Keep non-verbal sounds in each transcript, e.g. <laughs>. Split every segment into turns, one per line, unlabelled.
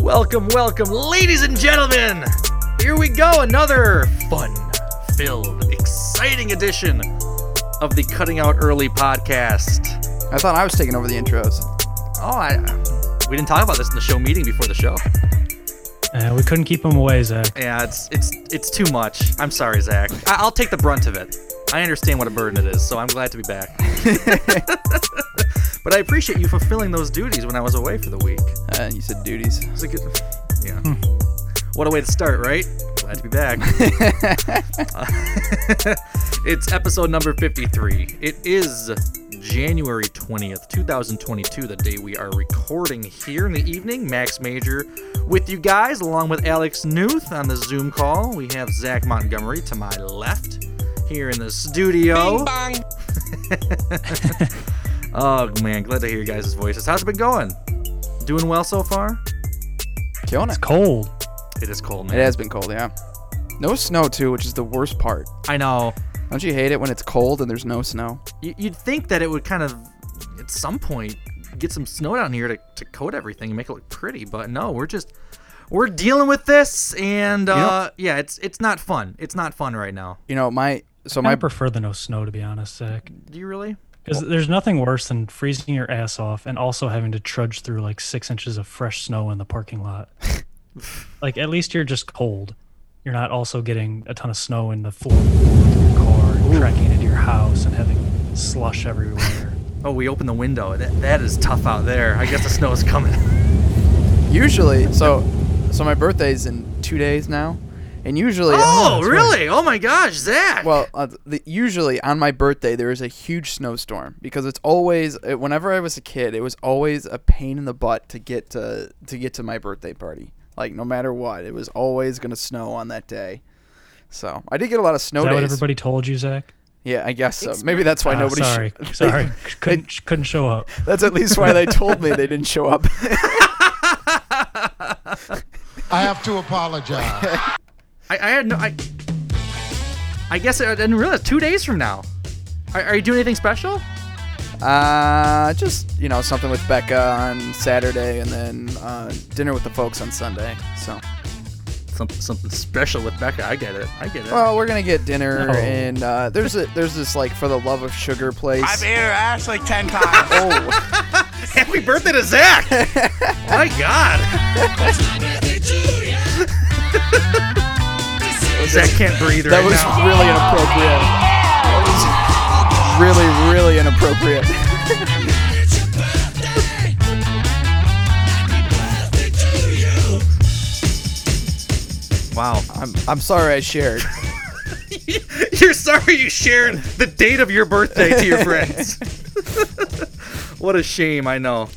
Welcome, welcome, ladies and gentlemen. Here we go, another fun filled, exciting edition of the Cutting Out Early podcast.
I thought I was taking over the intros.
Oh, I, we didn't talk about this in the show meeting before the show.
Uh, we couldn't keep him away, Zach.
Yeah, it's it's it's too much. I'm sorry, Zach. I, I'll take the brunt of it. I understand what a burden it is, so I'm glad to be back. <laughs> but I appreciate you fulfilling those duties when I was away for the week. Hmm.
Uh, you said duties.
<laughs>
It's a good, yeah. What a way to start, right? Glad to be back. <laughs> it's episode number 53. It is January 20th, 2022, the day we are recording here in the evening. Max Major with you guys, along with Alex Newth on the Zoom call. We have Zach Montgomery to my left here in the studio. <laughs> oh, man. Glad to hear you guys' voices. How's it been going? Doing well so far?
Killing it.
It's cold.
It is cold,
It
man.
has been cold, yeah. No snow, too, which is the worst part.
I know.
Don't you hate it when it's cold and there's no snow?
You- You'd think that it would kind of, at some point, get some snow down here to, to coat everything and make it look pretty, but no, we're just we're dealing with this, and uh, yeah, it's it's not fun. It's not fun right now.
You know, my. So
I
my.
prefer the no snow, to be honest, Zach.
Do you really?
Because there's nothing worse than freezing your ass off and also having to trudge through like six inches of fresh snow in the
<laughs>
parking lot. like, at least you're just cold. You're not also getting a ton of snow in the floor of your car and trekking into your house and having slush everywhere.
Oh, we opened the window. That, that is tough out there. I guess the snow is <laughs> coming.
Usually, so. So my birthday's in two days now. And usually.
oh, really? Oh my gosh, Zach.
Well, uh, the, usually on my birthday there is a huge snowstorm because it's always uh, whenever I was a kid, it was always a pain in the butt to get to to get to my birthday party. Like no matter what, it was always gonna snow on that day. So I did get a lot of snow
Is that
days.
what everybody told you, Zach?
yeah, I guess so. Maybe that's why
Ah,
nobody. sh-
sorry, sorry, couldn't couldn't show up.
<laughs> that's at least
<laughs>
why they told me they didn't show up. <laughs>
I have to apologize.
I, I had no. I, I guess I didn't realize two days from now. Are, are you doing anything special?
uh, just you know something with Becca on Saturday, and then uh, dinner with the folks on Sunday. So.
Something something special with Becca. I get it. I get it.
Well, we're gonna get dinner,
No.
and uh, there's a there's this like for the love of sugar place.
her ass like 10 times.
<laughs> oh,
Happy birthday to Zach! My God, Zach can't breathe
that
right
was
now.
<laughs> really inappropriate. That was really really inappropriate.
Wow,
I'm I'm sorry I shared.
you're sorry you shared the date of your birthday to your
<laughs>
friends. what a shame. I know.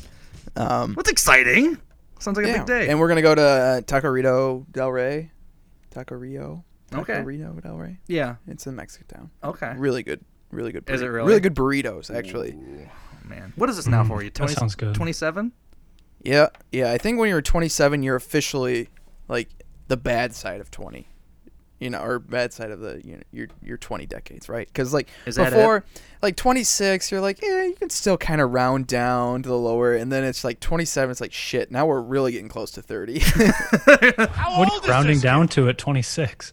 Um,
What's exciting? Sounds like a
yeah.
big day.
And we're gonna go to uh, Taquerito Del Rey, Taquerio,
Okay.
Taquerito Del Rey.
yeah.
It's in Mexican town.
Okay.
Really good, really good. Burrito.
Is it really?
really good burritos actually?
Man, what is this now for you? 20,
Mm-hmm. sounds good.
Twenty-seven.
Yeah, yeah. I think when you're 27, you're officially like the bad side of 20, you know, or bad side of the you know, your your 20 decades, right? Because like
Is that it?
before, like 26, you're like, yeah, you can still kind of round down to the lower, and then it's like 27, it's like shit. Now we're really getting close to 30.
What are you rounding down to at 26?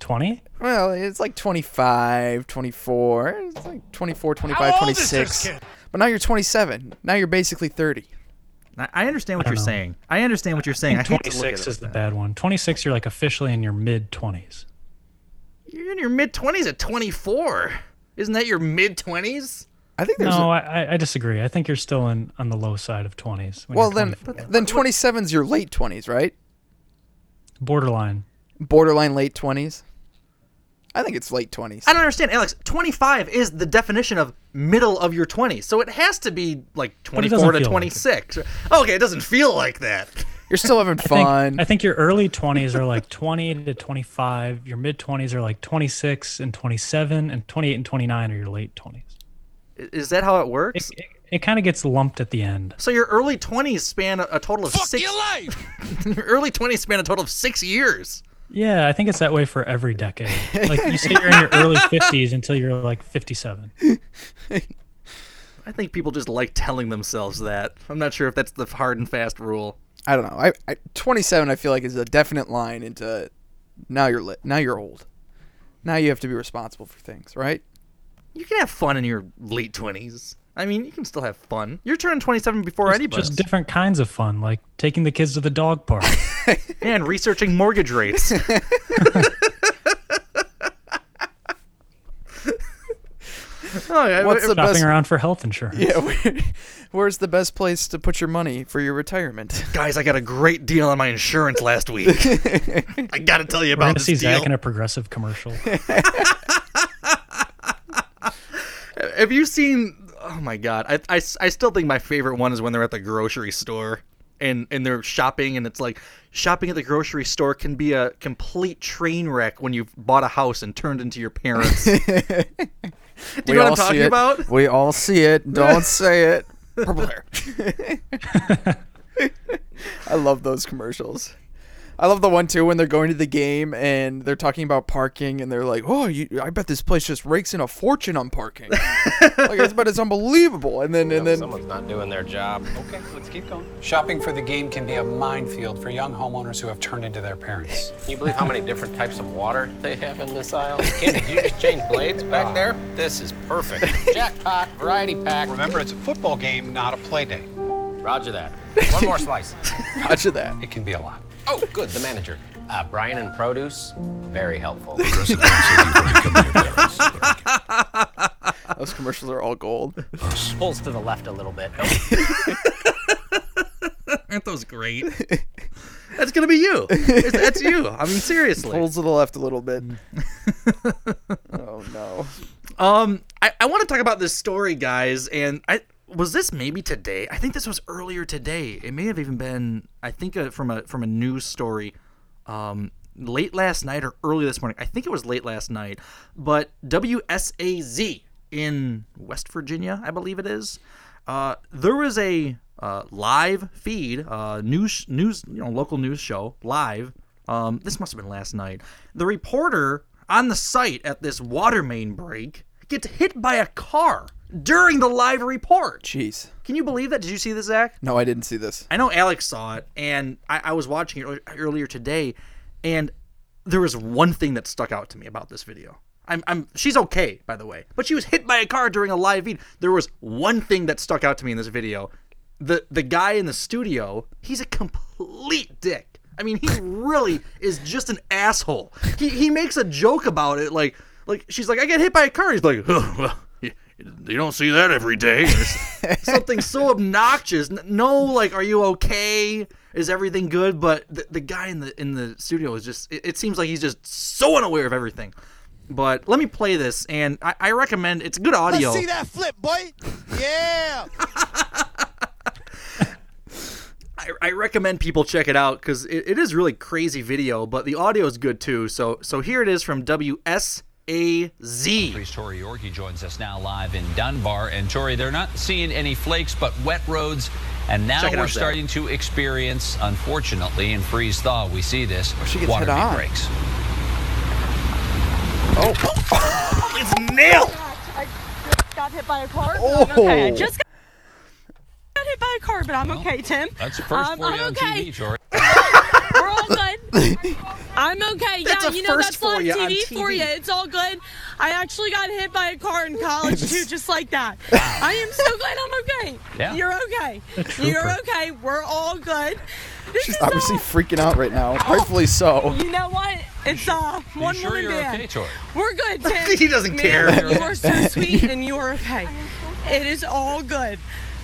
20?
<laughs> well, it's like 25, 24, it's like 24, 25, 26. But now you're 27. Now you're basically 30.
I I understand what
I
you're
don't know.
saying. I understand what you're saying. I hate to look at
26
it
is the
like that.
bad one. 26, you're like officially in your mid 20s.
You're in your mid twenties at twenty-four. Isn't that your mid twenties?
I think there's.
No,
a-
I, I- I disagree. I think you're still in on the low side of 20s. when
well,
you're
then
24.
then 27's your late 20s, right?
borderline.
Borderline late 20s. I think it's late 20s.
I don't understand, Alex. 25 is the definition of middle of your 20s, so it has to be like
it
24
doesn't
to
feel like it.
26. Okay, it doesn't feel like that.
You're still having
<laughs> I think-
fun.
I think your early 20s are like 20 to 25. Your mid 20s are like 26 and 27, and 28 and 29 are your late 20s.
I- Is that how it works?
It, it kind of gets lumped at the end.
So your early 20s span a, a total of six. <laughs> your early 20s span a total of six years.
Yeah, I think it's that way for every decade. Like you say you're in your early 50s until you're like 57.
I think people just like telling themselves that. I'm not sure if that's the hard and fast rule.
I don't know. I, I 27 I feel like is a definite line into now you're lit. Now you're old. Now you have to be responsible for things, right?
You can have fun in your late 20s. I mean, you can still have fun. You're turning 27 before anybody.
Just different kinds of fun, like taking the kids to the dog park.
and researching mortgage rates. oh, yeah,
What's <laughs> the
shopping
best?
around for health insurance.
Yeah, where, <laughs> where's the best place to put your money for your retirement?
guys, I got a great deal on my insurance last week. I got to tell you
We're
about
gonna
this
see
deal.
Zach in a
<laughs>
progressive commercial.
Have you seen? Oh my god, I, I, I still think my favorite one is when they're at the grocery store and and they're shopping and it's like shopping at the grocery store can be a complete train wreck when you've bought a house and turned into your parents. Do you know what I'm talking about?
We all see it. Don't say it. Purple hair. <laughs> I love those commercials. I love the one too when they're going to the game and they're talking about parking and they're like, "Oh, you, I bet this place just rakes in a fortune on <laughs> parking." like, it's, but it's unbelievable. And then and then
Someone's not doing their job. Okay, let's keep going.
Shopping for the game can be a minefield for young homeowners who have turned into their parents.
Can you believe how many different types of water they have in this aisle? Kid, did you just change blades back there? This is perfect. Jackpot, <laughs> variety pack.
Remember, it's a football game, not a play day.
Roger that. One more slice.
much of that.
It can be a lot.
Oh, good, the manager. Uh, Brian and Produce, very helpful.
Progressive Home Savings Plan Company of Dallas.
Those commercials are all gold.
Pulls to the left a little bit.
Aren't those great? <laughs> That's gonna be you. It's, that's you. I mean, seriously.
Pulls to the left a little <laughs> bit. oh no.
Um, I, I want to talk about this story, guys, and I was this maybe today. I think this was earlier today. It may have even been. I think uh from a from a news story, um, late last night or early this morning. I think it was late last night. But WSAZ in West Virginia, I believe it is. Uh, there was a uh, live feed, uh, news news you know local news show live. Um, this must have been last night. The reporter on the site at this water main break gets hit by a car during the live report.
Jeez.
Can you believe that? Did you see this, Zach?
No, I didn't see this.
I know Alex saw it, and I, I was watching it ear- earlier today, and there was one thing that stuck out to me about this video. I'm, I'm, she's okay, by the way, but she was hit by a car during a live feed. There was one thing that stuck out to me in this video. The, the guy in the studio, he's a complete dick. I mean, he really is just an asshole. He, he makes a joke about it, like, like she's like, I get hit by a car. He's like, <laughs> oh, well, you, you don't see that every day. something so obnoxious. N- No, like, are you okay? Is everything good? But the, the guy in the in the studio is just. It, it seems like he's just so unaware of everything. But let me play this, and I, I recommend it's good audio.
that flip, boy. Yeah.
I, I recommend people check it out because it, it is really crazy video, but the audio is good too. So so here it is from WSAZ.
Tori's Tori Yorkie joins us now live in Dunbar. And Tori, they're not seeing any flakes, but wet roads. And now
Check it
we're
out, Zach. <laughs>
starting to experience, unfortunately, in freeze thaw, we see this
she gets
water
head
main
on.
breaks.
It's nailed.
Got hit by a car.
Oh.
got hit by a car, but I'm okay, Tim. Um,
That's the first for you on TV, Tori.
<laughs> We're all good. I'm okay.
That's
yeah,
a
you know
first
that's
for
live
you on
TV, for
TV.
you. It's all good. I actually got hit by a car in college too, just like that. I am so glad I'm okay.
Yeah.
You're okay.
trooper.
You're okay. We're all good. This
She's
is
obviously
all-
freaking out right now. Rightfully so. Oh,
you know what? It's uh
You
one
sure
woman
you're
band.
okay, Tori?
We're good, Tim.
He doesn't
Man,
care.
<laughs>
You are so sweet and you are okay.
It is all good.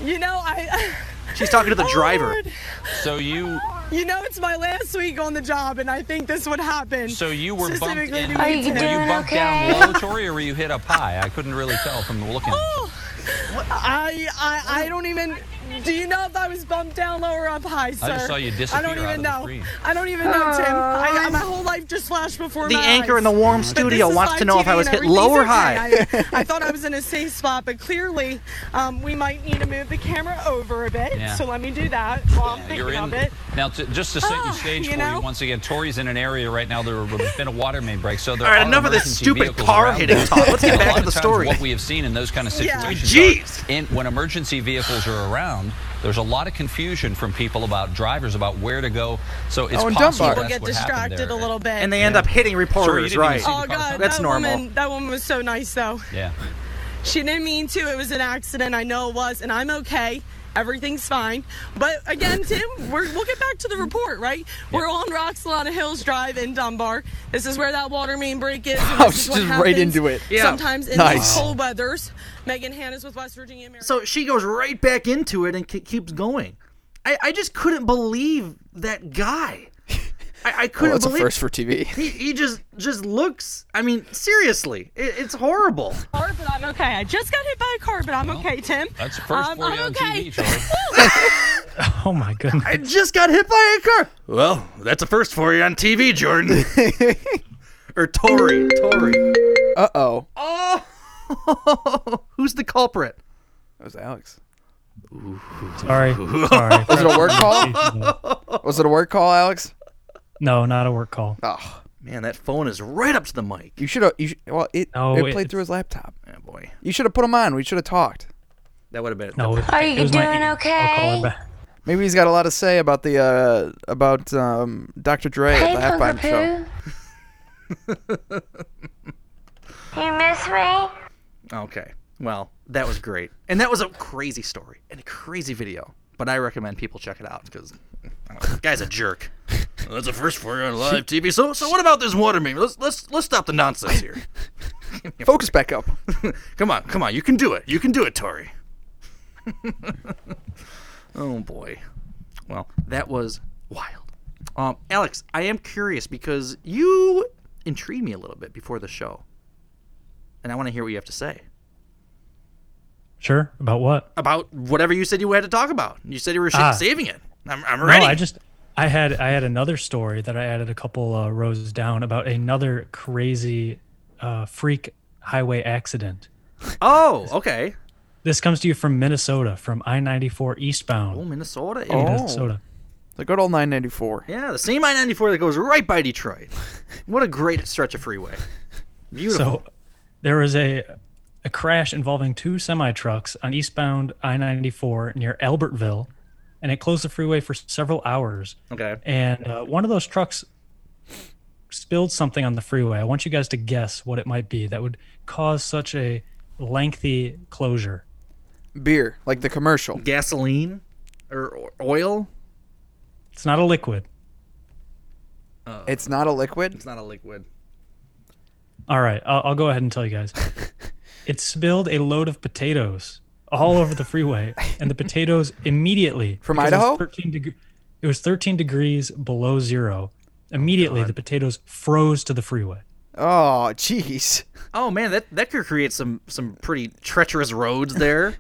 You know, I.
She's talking to the
Oh,
driver.
Lord.
So you
You know, it's my last week on the job, and I think this would happen.
so you were bumped
Specifically
in.
to me
were
today.
you bumped down low, Tori, or were you hit up high? I couldn't really tell from the looking.
Oh, I, I I don't even. Do you know if I was bumped down low or up high, sir?
I just saw you
I don't
disappear out
even
of the
know.
screen.
I don't even know, Tim. I,
Aw.
my whole life just flashed before
The
my
anchor
eyes.
in the warm
But
studio
this is
wants to
live
know if
TV
I was
and
hit low or
everything's okay. I, I thought I was in a safe spot, but clearly, um, we might need to move the camera over a bit.
Yeah.
So let me do that while I'm thinking
You're in
of it.
now. To, just to set you
Ah,
stage
you
for
know.
you once again, Tori's in an area right now. There where there's been a water main break, so there
All right,
are
enough of this
emergency
stupid
vehicles
car
around
hitting
there.
talk. Let's get <laughs>
And a
back
lot
to
of
the
times
story.
What we have seen in those kind of
Yeah.
situations,
Jeez.
are, in, when emergency vehicles are around, there's a lot of confusion from people about drivers about where to go. So it's
Oh, and
possible that's
Dunbar. People get
what happened
distracted
there.
a little bit.
And they end up hitting reporters,
Sure, you didn't even
right?
see the
Oh God,
That's
that
normal.
Woman, that woman was so nice, though.
Yeah.
She didn't mean to. It was an accident. I know it was, and I'm okay. Everything's fine. But again, Tim, we're, we'll get back to the report, right? We're on Roxalana Hills Drive in Dunbar. This is where that water main break is. and
Wow,
this is
she's
what
just right
happens
into it. Yeah.
Sometimes in
Nice.
these cold weathers. Megan Hanna's with West Virginia. Mary-
So she goes right back into it and ke- keeps going. I, I just couldn't believe that guy. I, I couldn't
that's a
believe
first for TV.
He, he just just looks. I mean, seriously, it, it's horrible.
Car, but I'm okay. I just got hit by a car, but I'm okay, Tim.
That's the
first
um,
for you
I'm
on
okay.
Oh my goodness! I just got hit by a car. Well, that's a first for you on TV, Jordan. <laughs> or Tori, Tori.
Uh oh.
Oh, who's the culprit?
That was Alex. <laughs>
Sorry. Sorry.
Was it a work call? was it a work call, Alex?
No, not a work call.
Oh
man, that phone is right up to the mic.
You should have. You should, well, it,
No,
it
it-
played through his laptop.
Oh boy.
You should have put him on. We should have talked.
That would have been.
No.
Are you doing okay? Maybe he's got a lot to say about the uh, about um, Dr. Dre at the Half Pipe Show.
you miss me?
Okay. Well, that was great, and that was a crazy story and a crazy video. But I recommend people check it out because guy's a jerk. <laughs> That's a first for you on <laughs> live TV. So, so what about this water meme? Let's let's let's stop the nonsense <laughs> here.
Focus back up.
<laughs> come on, come on. You can do it. You can do it, <laughs> Tori. oh boy. Well, that was wild. Um, Alex, I am curious because you intrigued me a little bit before the show, and I want to hear what you have to say
Sure. About what?
about whatever you said you had to talk about. You said you were
Ah.
saving it. I'm, I'm ready.
No, I just I had I had another story that I added a couple uh, rows down about another crazy uh, freak highway accident.
Oh, okay.
This comes to you from Minnesota, from I ninety four eastbound.
Oh, Minnesota.
Oh. Minnesota.
The good old 994.
Yeah, the same I 94 that goes right by Detroit. What a great stretch of freeway. Beautiful.
So there was a a crash involving two semi trucks on eastbound I ninety four near Albertville, and it closed the freeway for several hours.
okay.
and uh, one of those trucks spilled something on the freeway. I want you guys to guess what it might be that would cause such a lengthy closure.
Beer, like the commercial.
Gasoline or, or oil?
It's not a liquid.
It's not a liquid.
It's not a liquid.
All right, I'll, I'll go ahead and tell
<laughs>
you guys. it spilled a load of potatoes all over the freeway, and the potatoes immediately
From
because it was
Idaho?
13 deg- it was 13 degrees below zero. Immediately, the potatoes froze to the freeway.
Oh, jeez.
Oh, man, that, that could create some, some pretty treacherous
<laughs>
roads there.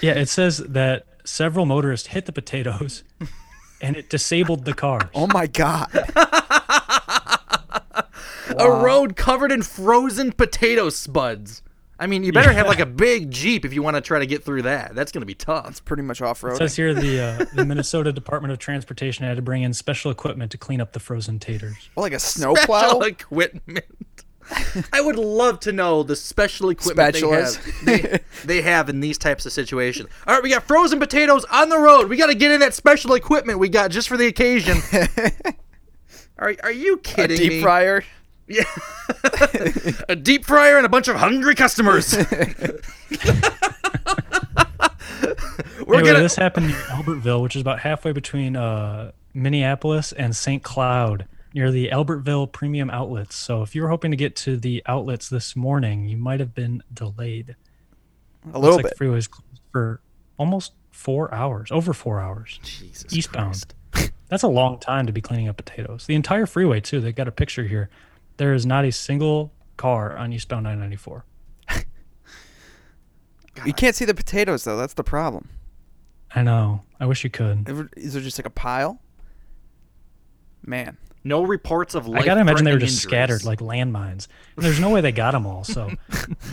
Yeah, it says that several motorists hit the potatoes
<laughs>
and it disabled the car.
Oh my god.
A road covered in frozen potato spuds. I mean, you better
<laughs>
have like a big Jeep if you want to try to get through that. That's going to be tough. It's
pretty much off
It
road.
says here the uh, the Minnesota Department of Transportation had to bring in special equipment to clean up the frozen taters.
Well, like a snowplow.
equipment. I would love to know the special equipment they
Spatulas.
have, they, they have in these types of situations. All right, we got frozen potatoes on the road. We got to get in that special equipment we got just for
<laughs>
the occasion. are, are you
A
kidding me?
deep fryer.
Yeah. a deep fryer and a bunch of
<laughs>
hungry customers. We're
anyway,
gonna-
this happened near Albertville, which is about halfway between uh, Minneapolis and St. Cloud, near the Albertville Premium Outlets. So if you were hoping to get to the outlets this morning, you might have been delayed.
A little
Looks like
bit.
The freeway's closed for almost four hours, over four hours.
Jesus
Eastbound. <laughs> That's a long time to be cleaning up potatoes. The entire freeway too. They got a picture here. There is not a single car on eastbound 994.
You can't see the potatoes though. That's the problem.
I know. I wish you could.
Ever- Is there just like a pile? Man,
No reports of.
I gotta imagine they were
life-threatening
just
injuries.
scattered like landmines. And there's no way they got them all.
<laughs>
So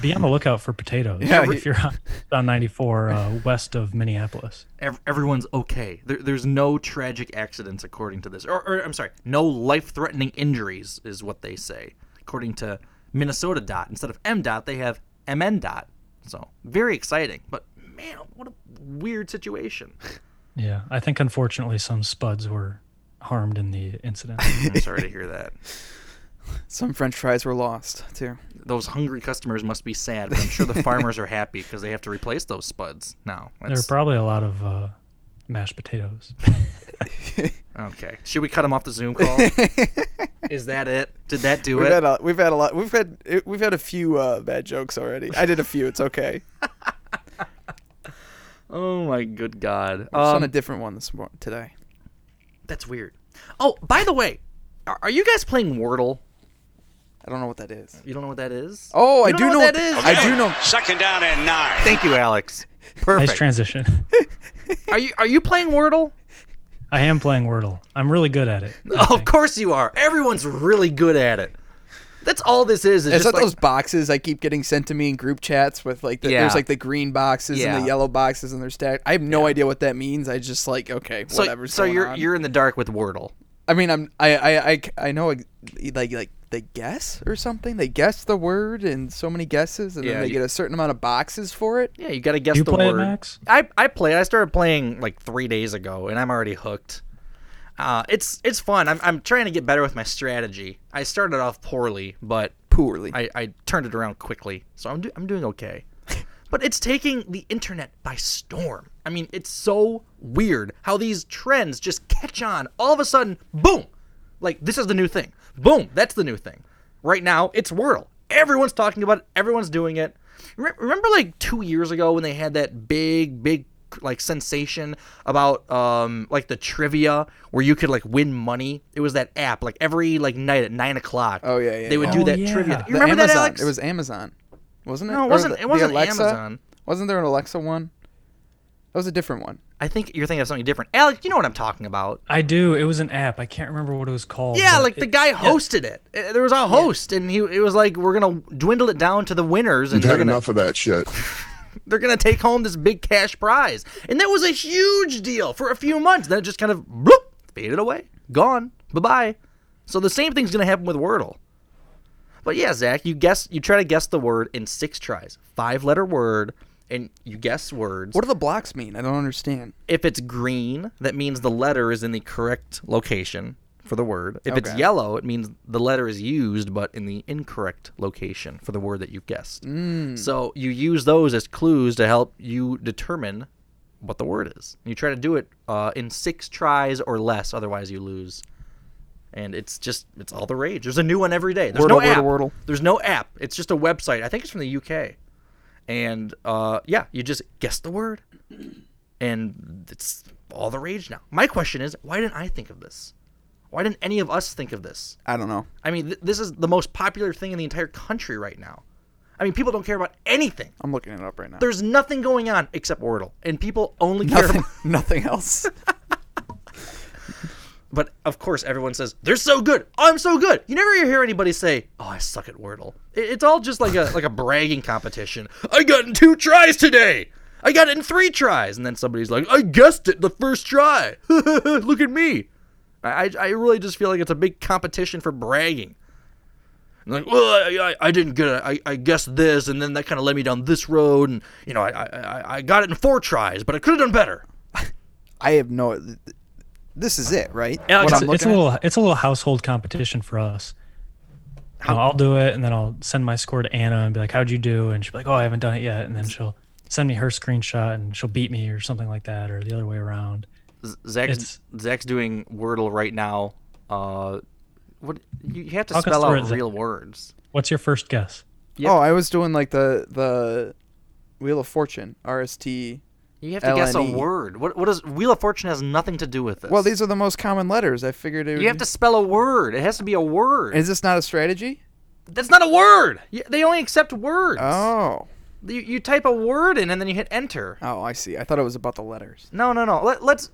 be on the lookout for potatoes.
Yeah,
if
you-
you're on, on 94 uh,
<laughs>
west of Minneapolis.
Ev- everyone's okay. There, there's no tragic accidents according to this, or, or I'm sorry, no life-threatening injuries is what they say according to Minnesota dot. Instead of M dot, they have MN dot. So very exciting, but man, what a weird situation.
Yeah, I think unfortunately some spuds were harmed in the
<laughs>
incident.
I'm sorry
<laughs>
to hear that.
some French fries were lost too.
Those hungry customers must be sad, but I'm sure the farmers are happy because they have to replace those spuds now.
There were
That's-
probably a lot of uh, mashed potatoes.
okay. Should we cut them off the
<laughs>
Zoom call? Is that it? Did that do
we've
it?
Had a, we've had a lot. We've had it- we've had a few uh, bad jokes already. I did a few. It's <laughs> okay.
Oh my good god!
I'm just on
Um,
a different one this morning today.
That's weird. Oh, by the way, are are you guys playing Wordle?
I don't know what that is.
You don't know what that is?
Oh, I
You
do
don't
know
what
what
that is.
I do know.
Second down and nine. Thank you, Alex. Perfect.
nice transition.
<laughs> Are you are you playing Wordle?
I am playing Wordle. I'm really good at it.
of course you are. Everyone's really good at it. That's all this is. Is
It's
just
not
like,
those boxes I keep getting sent to me in group chats with like the,
Yeah.
there's like the green boxes and
Yeah.
the yellow boxes and they're stacked. I have no idea what that means. I just like okay,
so,
whatever's
so
going
you're
on.
you're in the dark with Wordle.
I mean, I'm I I I, I know like like they guess or something. They guess the word and so many guesses, and
Yeah,
then they
you-
get a certain amount of boxes for it.
Yeah, you got to guess
You
the
play it,
word.
Max?
I I play. I started playing like three days ago, and I'm already hooked. Uh, it's it's fun. I'm I'm trying to get better with my strategy. I started off poorly, but
poorly.
I, I turned it around quickly, so I'm do, I'm doing okay. but it's taking the internet by storm. I mean, it's so weird how these trends just catch on. All of a sudden, boom! Like this is the new thing. Boom! That's the new thing. Right now, it's Wordle. Everyone's talking about it. Everyone's doing it. Re- Remember, like two years ago when they had that big, big like sensation about um like the trivia where you could like win money. It was that app like every like night at nine o'clock. Oh
yeah, yeah,
They would
yeah.
do
Oh,
that
yeah.
trivia.
The
You remember that,
Amazon-
Alex?
It was Amazon, wasn't it?
No, it
Or
wasn't-
the-
it
the
wasn't
Alexa?
Amazon.
Wasn't there an Alexa one? That was a different one.
I think you're thinking of something different. Alex, you know what I'm talking about.
I do. It was an app. I can't remember what it was called.
Yeah,
but
like the
it-
guy
yeah.
hosted it. Uh, There was a host, and he it was like, we're gonna dwindle it down to the winners, and they're gonna
of that shit.
they're gonna take home this big cash prize, and that was a huge deal for a few months. Then it just kind of bloop, faded away, gone, bye bye. So the same thing's gonna happen with Wordle. But yeah, Zach, you guess you try to guess the word in six tries, five letter word, and you guess words.
What do the blocks mean? I don't understand.
If it's green, that means the letter is in the correct location for the word. If it's
Okay.
yellow, it means the letter is used but in the incorrect location for the word that you've guessed.
Mm.
So you use those as clues to help you determine what the word is. You try to do it uh, in six tries or less, otherwise you lose. And it's just it's all the rage. There's a new one every day. There's
Wordle,
no
Wordle,
app.
Wordle.
There's no app. It's just a website. I think it's from the UK. And uh, yeah, you just guess the word, and it's all the rage now. My question is, why didn't I think of this? Why didn't any of us think of this?
I don't know.
I mean, th- this is the most popular thing in the entire country right now. I mean, people don't care about anything.
I'm looking it up right now.
There's nothing going on except Wordle, and people only
<laughs>
care
Nothing- <laughs>
about
nothing else.
but of course, everyone says they're so good. I'm so good. You never hear anybody say, "Oh, I suck at Wordle." It- It's all just like a like a bragging competition. I got in two tries today. I got it in three tries, and then somebody's like, "I guessed it the first try." <laughs> Look at me. I I- I really just feel like it's a big competition for bragging. And like, well, I, I, I didn't get it. I, I guessed this, and then that kind of led me down this road, and you know, I, I, I- I got it in four tries, but I could have done better.
I have no. This is it, right?
Alex,
What I'm
it's, it's a
looking at?
little it's a little household competition for us. You know, I'll do it, and then I'll send my score to Anna and be like, "How'd you do?" And she'll be like, "Oh, I haven't done it yet." And then she'll send me her screenshot, and she'll beat me or something like that, or the other way around.
Zach's, Zach's doing Wordle right now. Uh, what you you have to
Talk us
spell
through it,
out
Zach.
real words.
What's your first guess?
Oh, I was doing like the the Wheel of Fortune, RST.
You have to guess a word. What what is Wheel of Fortune has nothing to do with this.
E. Well, these are the most common letters. I figured it.
you have to spell a word. It has to be a word.
Is this not a strategy?
That's not a word. You- They only accept words.
Oh.
You, you type a word in and then you hit enter.
Oh, I see. I thought it was about the letters.
No, no, no. Let, let's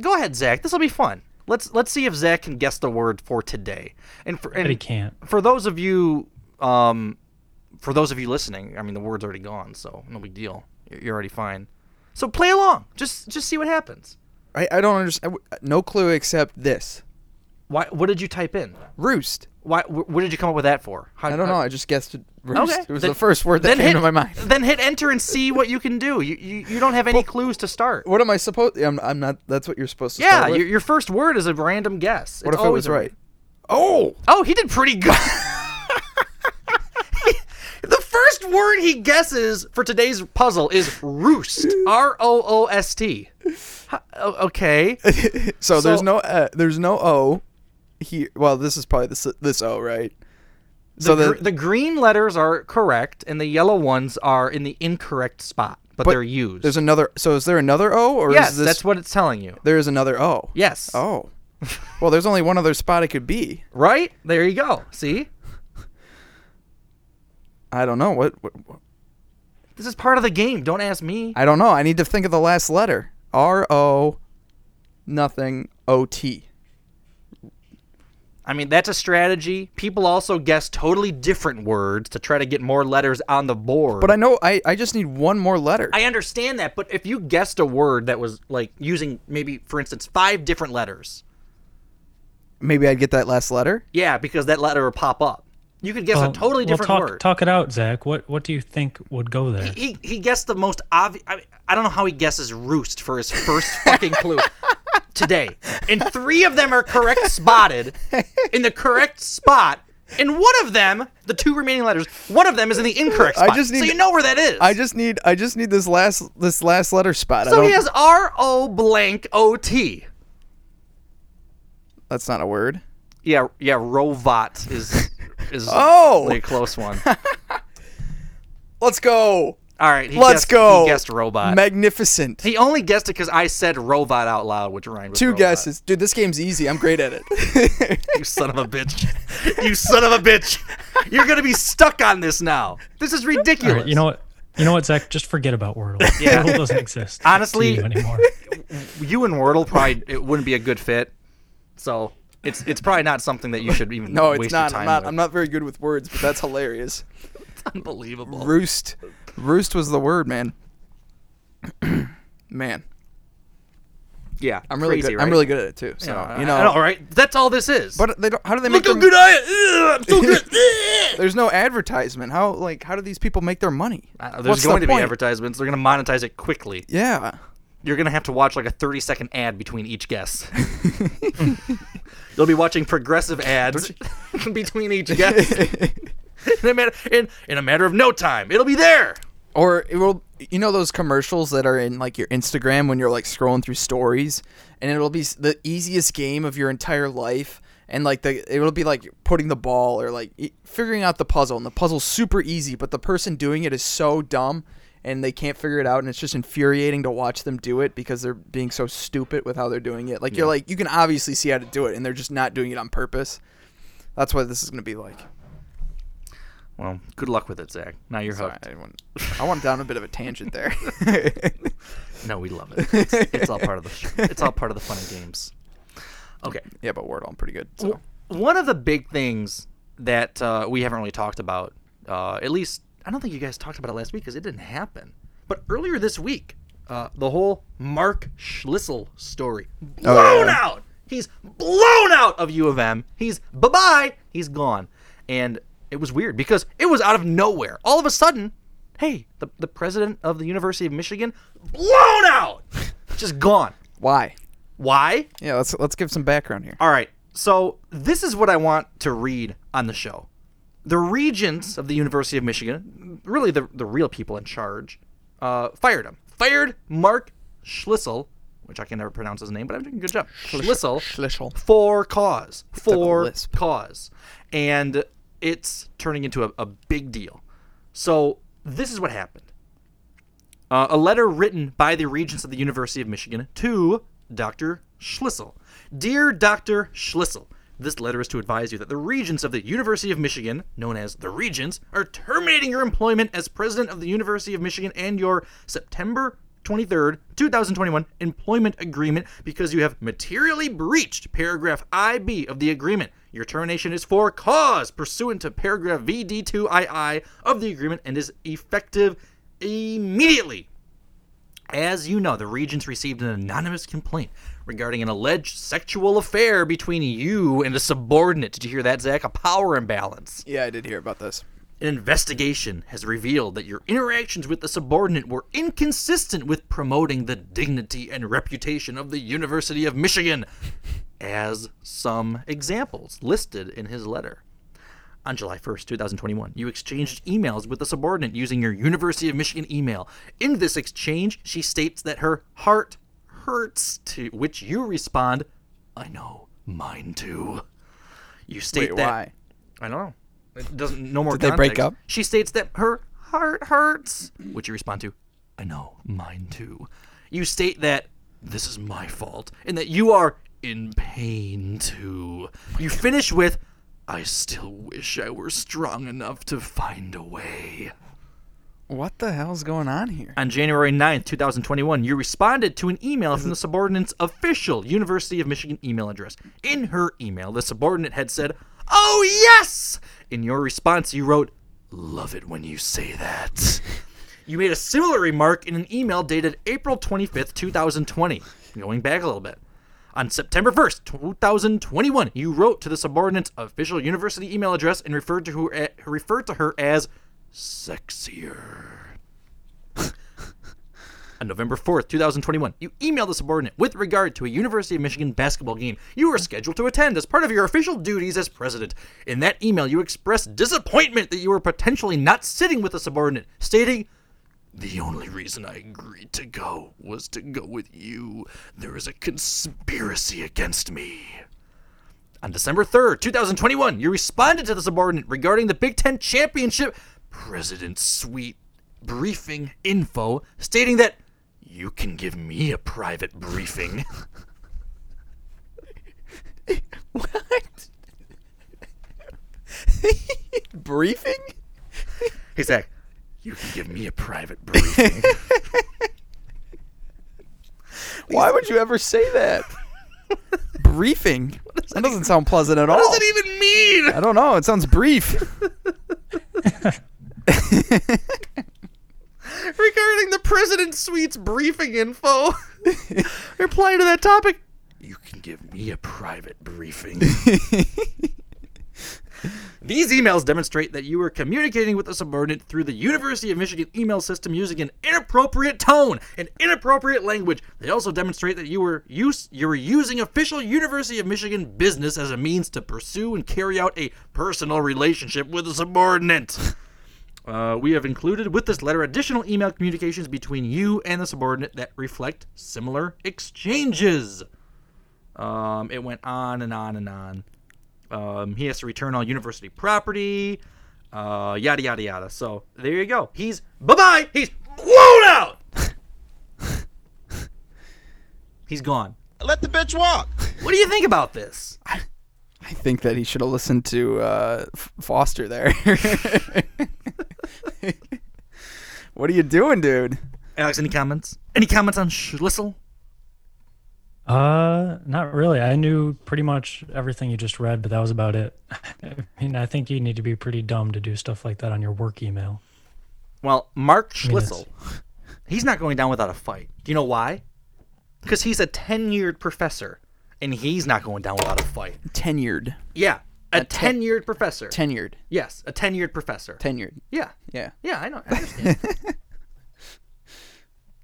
go ahead, Zach. This will be fun. Let's let's see if Zach can guess the word for today. And for and
he can't.
For those of you, um, for those of you listening, I mean the word's already gone, so no big deal. You're you're already fine. So play along. Just just see what happens.
I, I don't understand. No clue except this.
Why? What did you type in?
Roost.
Why? wh- What did you come up with that for? How,
I don't
how-
know. I just guessed it- roost.
Okay.
It was
Then-
the first word that
then
came
hit,
to my mind.
Then hit enter and see what you can do. You you, you don't have any clues to start.
What am I supposed? I'm, I'm not. That's what you're supposed to.
Yeah,
start with?
your, your first word is a random guess.
What
It's
if it was
always a-
right? Oh.
Oh, he did
<laughs>
pretty good. <laughs> the first word he guesses for today's puzzle is roost. R O O S T. Huh, o- Okay.
So, there's
So-
no uh, there's no O here. Well, this is probably this this O, right? <laughs>
The,
so
gr- the green letters are correct, and the yellow ones are in the incorrect spot, but, they're used.
There's another. So is there another O, or
yes,
is this?
that's what it's telling you.
There is another O.
Yes.
Oh. well, there's only one other spot it could be.
Right? There you go. See?
I don't know what. what, what-
This is part of the game. Don't ask me.
I don't know. I need to think of the last letter. R O. Nothing. O T.
I mean, that's a strategy. People also guess totally different words to try to get more letters on the board.
But I know. I I just need one more letter.
I understand that, but if you guessed a word that was like using maybe, for instance, five different letters,
Maybe I'd get that last letter.
yeah, because that letter would pop up. You could guess
Well,
a totally
well,
different
talk,
word.
Talk it out, Zach. What what do you think would go there?
He he guessed the most obvious. I, I don't know how he guesses roost for his first fucking clue
<laughs>
today, and three of them are correct spotted in the correct spot. And one of them, the two remaining letters, one of them is in the incorrect
I
spot.
just
so
need-
you know where that is.
I just need. I just need this last this last letter spot. I
so he
don't-
has R O blank O T.
That's not a word.
Yeah, yeah,
<laughs>
Rovot is is
Oh!
a
<laughs>
close one.
Let's go.
All right, he
Let's
guessed,
go.
He guessed robot.
Magnificent.
he only guessed it because I said robot out loud, which rhymed with
Two
robot.
guesses. Dude, this game's easy. I'm great at it.
uh, <laughs> You son of a bitch! you son of a bitch! You're gonna be stuck on this now. This is
All
ridiculous.
right, you know what? You know what, Zach? Just forget about Wordle.
<laughs> Yeah.
Wordle doesn't exist. to
Honestly-
you anymore.
<laughs> you and Wordle probably it wouldn't be a good fit. So it's it's probably not something that you should even
no,
waste
it's not.
your time
I'm not.
with.
I'm not very good with words, but that's hilarious.
unbelievable.
Roost. Roost was the word, man. <clears throat> man,
yeah,
I'm really
crazy,
good.
right?
I'm really good at it too. So
Yeah,
you know.
I know, right? That's all this is.
But they don't. How do they make
Look how
them-
good I am. Ugh, I'm so
<laughs>
good.
There's no advertisement. How like how do these people make their money?
Uh, There's
What's the
going to be
point?
advertisements. They're going to monetize it quickly.
Yeah.
You're going to have to watch like a 30 second ad between each <laughs> guess. You'll be watching progressive ads <laughs> between each guess. in, a matter, in, in a matter of no time, it'll be there.
Or it will, you know, those commercials that are in like your Instagram when you're like scrolling through stories, and it'll be s- the easiest game of your entire life, and like the it'll be like putting the ball or like e- figuring out the puzzle, and the puzzle's super easy, but the person doing it is so dumb, and they can't figure it out, and it's just infuriating to watch them do it because they're being so stupid with how they're doing it. Like you're like you can obviously see how to do it, and they're just not doing it on purpose. That's what this is gonna be like.
Well, good luck with it, Zach. Now you're
Sorry,
hooked.
I went, I went down a bit of a tangent there.
No, we love <laughs> it. It's, it's all part of the sh- it's all part of the fun and games. Okay.
Yeah, but Wordle, I'm pretty good. So
One of the big things that uh, we haven't really talked about, uh, at least I don't think you guys talked about it last week because it didn't happen. But earlier this week, uh, the whole Mark Schlissel story blown out. He's blown out of U of M. He's bye bye. He's gone, and it was weird because it was out of nowhere. All of a sudden, hey, the the president of the University of Michigan blown out, just gone.
why?
Why?
Yeah, let's let's give some background here.
All right. So this is what I want to read on the show. The regents of the University of Michigan, really the, the real people in charge, uh, fired him. Fired Mark Schlissel, which I can never pronounce his name, but I'm doing a good job. Schlissel
Schlissel.
for cause
like a
for
lisp.
cause and it's turning into a, a big deal so this is what happened Uh, a letter written by the regents of the University of Michigan to Dr. Schlissel. Dear Dr. Schlissel, this letter is to advise you that the regents of the University of Michigan, known as the regents, are terminating your employment as president of the University of Michigan and your September 23rd, 2021 employment agreement because you have materially breached paragraph IB of the agreement. Your termination is for cause pursuant to paragraph VD2II of the agreement and is effective immediately. As you know, the Regents received an anonymous complaint regarding an alleged sexual affair between you and a subordinate. Did you hear that, Zach? A power imbalance.
Yeah, I did hear about this.
An investigation has revealed that your interactions with the subordinate were inconsistent with promoting the dignity and reputation of the University of Michigan, as some examples listed in his letter. On July 1st, 2021, you exchanged emails with the subordinate using your University of Michigan email. In this exchange, she states that her heart hurts, to which you respond, I know, mine too. You state
Wait,
that.
why?
I don't know. It doesn't, no more
Did they break
context.
up?
She states that her heart hurts, which you respond to, I know, mine too. You state that this is my fault and that you are in pain too. You finish with, I still wish I were strong enough to find a way.
What the hell's going on here?
On January 9th, 2021, you responded to an email from the subordinate's official University of Michigan email address. In her email, the subordinate had said, Oh, yes! In your response, you wrote, Love it when you say that. You made a similar remark in an email dated April 25th, 2020. Going back a little bit. On September 1st, 2021, you wrote to the subordinate's official university email address and referred to her, referred to her as sexier. On November 4th, 2021, you emailed the subordinate with regard to a University of Michigan basketball game you were scheduled to attend as part of your official duties as president. In that email, you expressed disappointment that you were potentially not sitting with the subordinate, stating, The only reason I agreed to go was to go with you. There is a conspiracy against me. On December 3rd, 2021, you responded to the subordinate regarding the Big Ten Championship President Suite briefing info stating that you can give me a private briefing. <laughs>
<laughs> Briefing?
He's like, you can give me a private briefing.
Why would you ever say that? <laughs> Briefing? That doesn't sound pleasant at all.
<laughs> What does it even <laughs> mean?
I don't know. It sounds <laughs> brief.
regarding the President Suite's briefing info. <laughs> Replying to that topic, you can give me a private briefing. <laughs> These emails demonstrate that you were communicating with the subordinate through the University of Michigan email system using an inappropriate tone and inappropriate language. They also demonstrate that you were use, you were using official University of Michigan business as a means to pursue and carry out a personal relationship with a subordinate. Uh, we have included with this letter additional email communications between you and the subordinate that reflect similar exchanges. Um, it went on and on and on. Um, he has to return all university property, uh, yada yada yada. So there you go. He's bye bye. He's blown out. <laughs> He's gone.
Let the bitch walk.
What do you think about this?
I think that he should have listened to uh, F- Foster <laughs> there. what are you doing, dude?
Alex, any comments? Any comments on Schlissel?
Uh, not really. I knew pretty much everything you just read, but that was about it. <laughs> I mean, I think you need to be pretty dumb to do stuff like that on your work email.
Well, Mark
I mean, it's-
Schlissel, he's not going down without a fight. Do you know why? Because he's a tenured professor, and he's not going down without a fight.
Tenured.
Yeah, a tenured professor.
Tenured.
Yes, a tenured professor.
Tenured.
Yeah.
Yeah.
Yeah, I know. I understand. <laughs>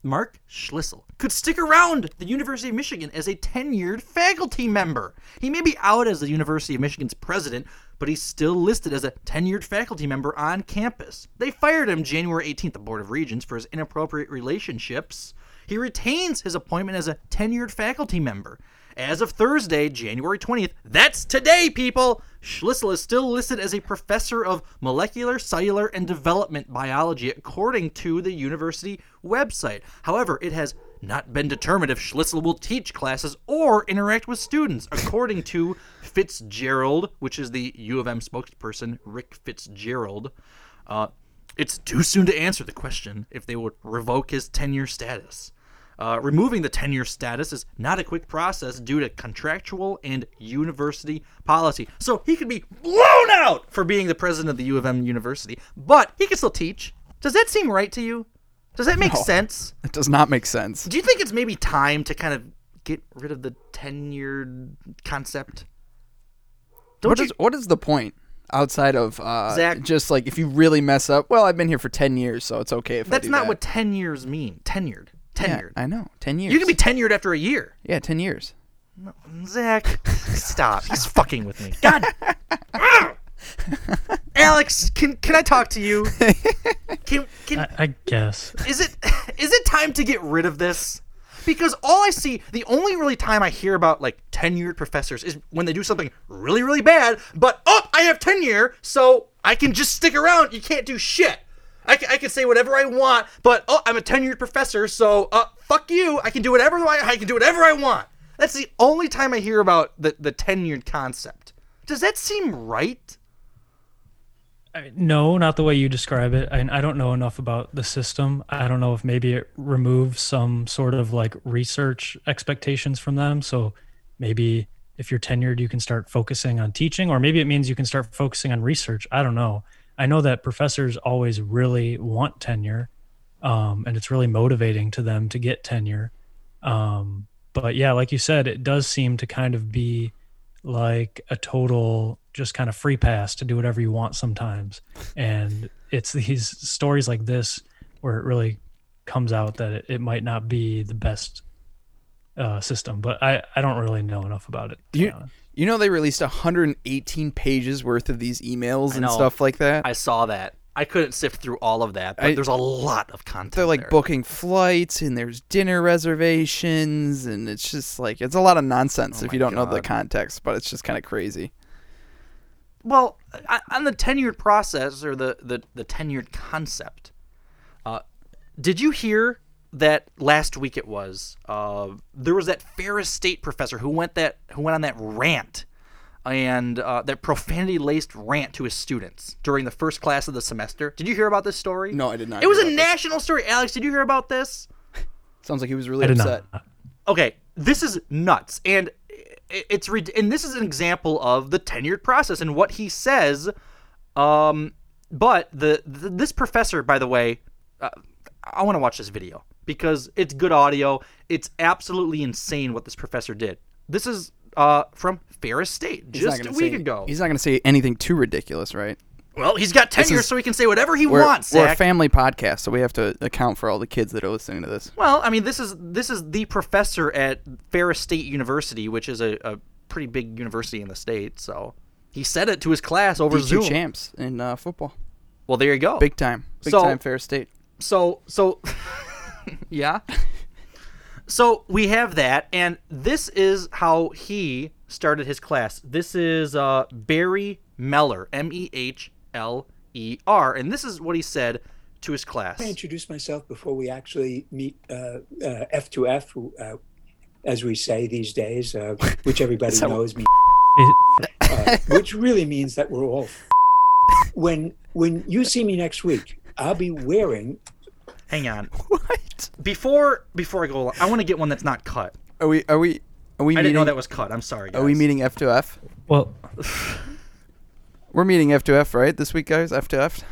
Mark Schlissel could stick around the University of Michigan as a tenured faculty member. He may be out as the University of Michigan's president, but he's still listed as a tenured faculty member on campus. They fired him January 18th, the Board of Regents, for his inappropriate relationships. He retains his appointment as a tenured faculty member. As of Thursday, January 20th, that's today, people! Schlissel is still listed as a professor of molecular, cellular, and development biology according to the university website. However, it has not been determined if Schlissel will teach classes or interact with students, according to Fitzgerald, which is the U of M spokesperson, Rick Fitzgerald. Uh, it's too soon to answer the question if they would revoke his tenure status. Uh, removing the tenure status is not a quick process due to contractual and university policy. So he could be blown out for being the president of the U of M University, but he can still teach. Does that seem right to you? Does that make
No.
sense?
It does not make sense.
Do you think it's maybe time to kind of get rid of the tenured concept? Don't
What
you-
is what is the point outside of uh,
Zach-
just like if you really mess up? Well, I've been here for ten years, so it's okay if I
That's
do
not
that.
what ten years mean. Tenured.
Yeah,
Tenured.
I know, ten years.
you can be tenured after a year.
yeah, ten years.
Zach, stop. He's fucking with me. God. <laughs> Alex, can can I talk to you? Can can
I, I guess.
is it <laughs> is it time to get rid of this? Because all I see, the only really time I hear about like tenured professors is when they do something really really bad. But oh, I have tenure, so I can just stick around. You can't do shit. I can, I can say whatever I want, but oh, I'm a tenured professor, so uh, fuck you. I can do whatever I, I can do whatever I want. That's the only time I hear about the the tenured concept. Does that seem right?
I- No, not the way you describe it. And I don't know enough about the system. I don't know if maybe it removes some sort of like research expectations from them. So maybe if you're tenured, you can start focusing on teaching, or maybe it means you can start focusing on research. I don't know. I know that professors always really want tenure, um, and it's really motivating to them to get tenure. Um, but yeah, like you said, it does seem to kind of be like a total just kind of free pass to do whatever you want sometimes and it's <laughs> these stories like this where it really comes out that it, it might not be the best uh, system but I, I don't really know enough about it
You you know they released 118 pages worth of these emails
I
and
know.
stuff like that.
I saw that. I couldn't sift through all of that, but
I-
there's a lot of content.
They're like
there.
booking flights and there's dinner reservations and it's just like it's a lot of nonsense
Oh
if you don't know the context, but it's just kind of crazy.
Well, I- on the tenured process or the the, the tenured concept, uh, did you hear that last week? It was uh, there was that Ferris State professor who went that who went on that rant and uh, that profanity laced rant to his students during the first class of the semester. Did you hear about this story?
No, I did not.
It was
hear
a
about
national story. Alex, did you hear about this?
this. Sounds like he was really
I did not.
upset.
okay, this is nuts, and i- it's rid- and this is an example of the tenured process and what he says. Um, but the, the this professor, by the way, uh, I want to watch this video because it's good audio. It's absolutely insane what this professor did. This is uh from Ferris State
He's not
just a
gonna
week
say-
ago.
He's not going to say anything too ridiculous, right?
well, he's got
This
tenure,
is-
so he can say whatever he
we're,
wants.
we're a
Zach.
family podcast, so we have to account for all the kids that are listening to this.
Well, I mean, this is this is the professor at Ferris State University, which is a, a pretty big university in the state. So he said it to his class over
D2
Zoom.
champs in uh, football.
Well, there you go.
Big time. Big
So-
time Ferris State.
So so <laughs> yeah. So we have that, and this is how he started his class. This is uh, Barry Meller, M E H L E R, and this is what he said to his class.
I introduce myself before we actually meet uh, uh, F2F, who, uh, as we say these days, uh, which everybody
So-
knows means, uh, which really means that we're all. <laughs> when when you see me next week, I'll be wearing.
Hang on. What? Before before I go, along, I want to get one that's not cut.
Are we? Are we? Are we?
I didn't know
meeting-
that was cut. I'm sorry.
Are we
guys.
meeting F2F?
Well, <laughs>
We're meeting F2F, right? This week, guys? F2F?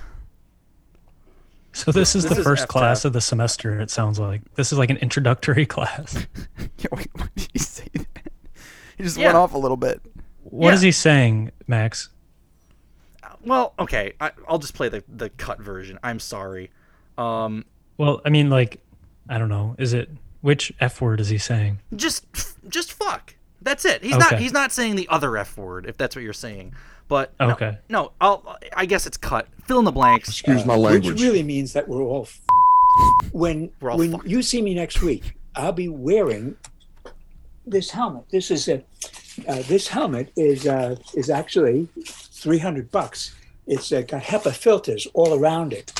so this is
This
the
is
first
effed
class of the semester it sounds like this is like an introductory <laughs> class
<laughs> Yeah, wait, why did he say that? He just
Yeah.
went off a little bit.
What is
Yeah.
he saying max
Well, okay. I, I'll just play the the cut version. I'm sorry. Um,
well i mean like i don't know is it which f word is he saying
just just fuck. That's it. He's not
Okay.
he's not saying the other f word if that's what you're saying. But no,
Okay.
No, I'll I guess it's cut. Fill in the blanks.
uh, Which really means that we're all. When
all
when you see me next week, I'll be wearing this helmet. This is a uh, this helmet is uh, is actually three hundred bucks. It's uh, got HEPA filters all around it,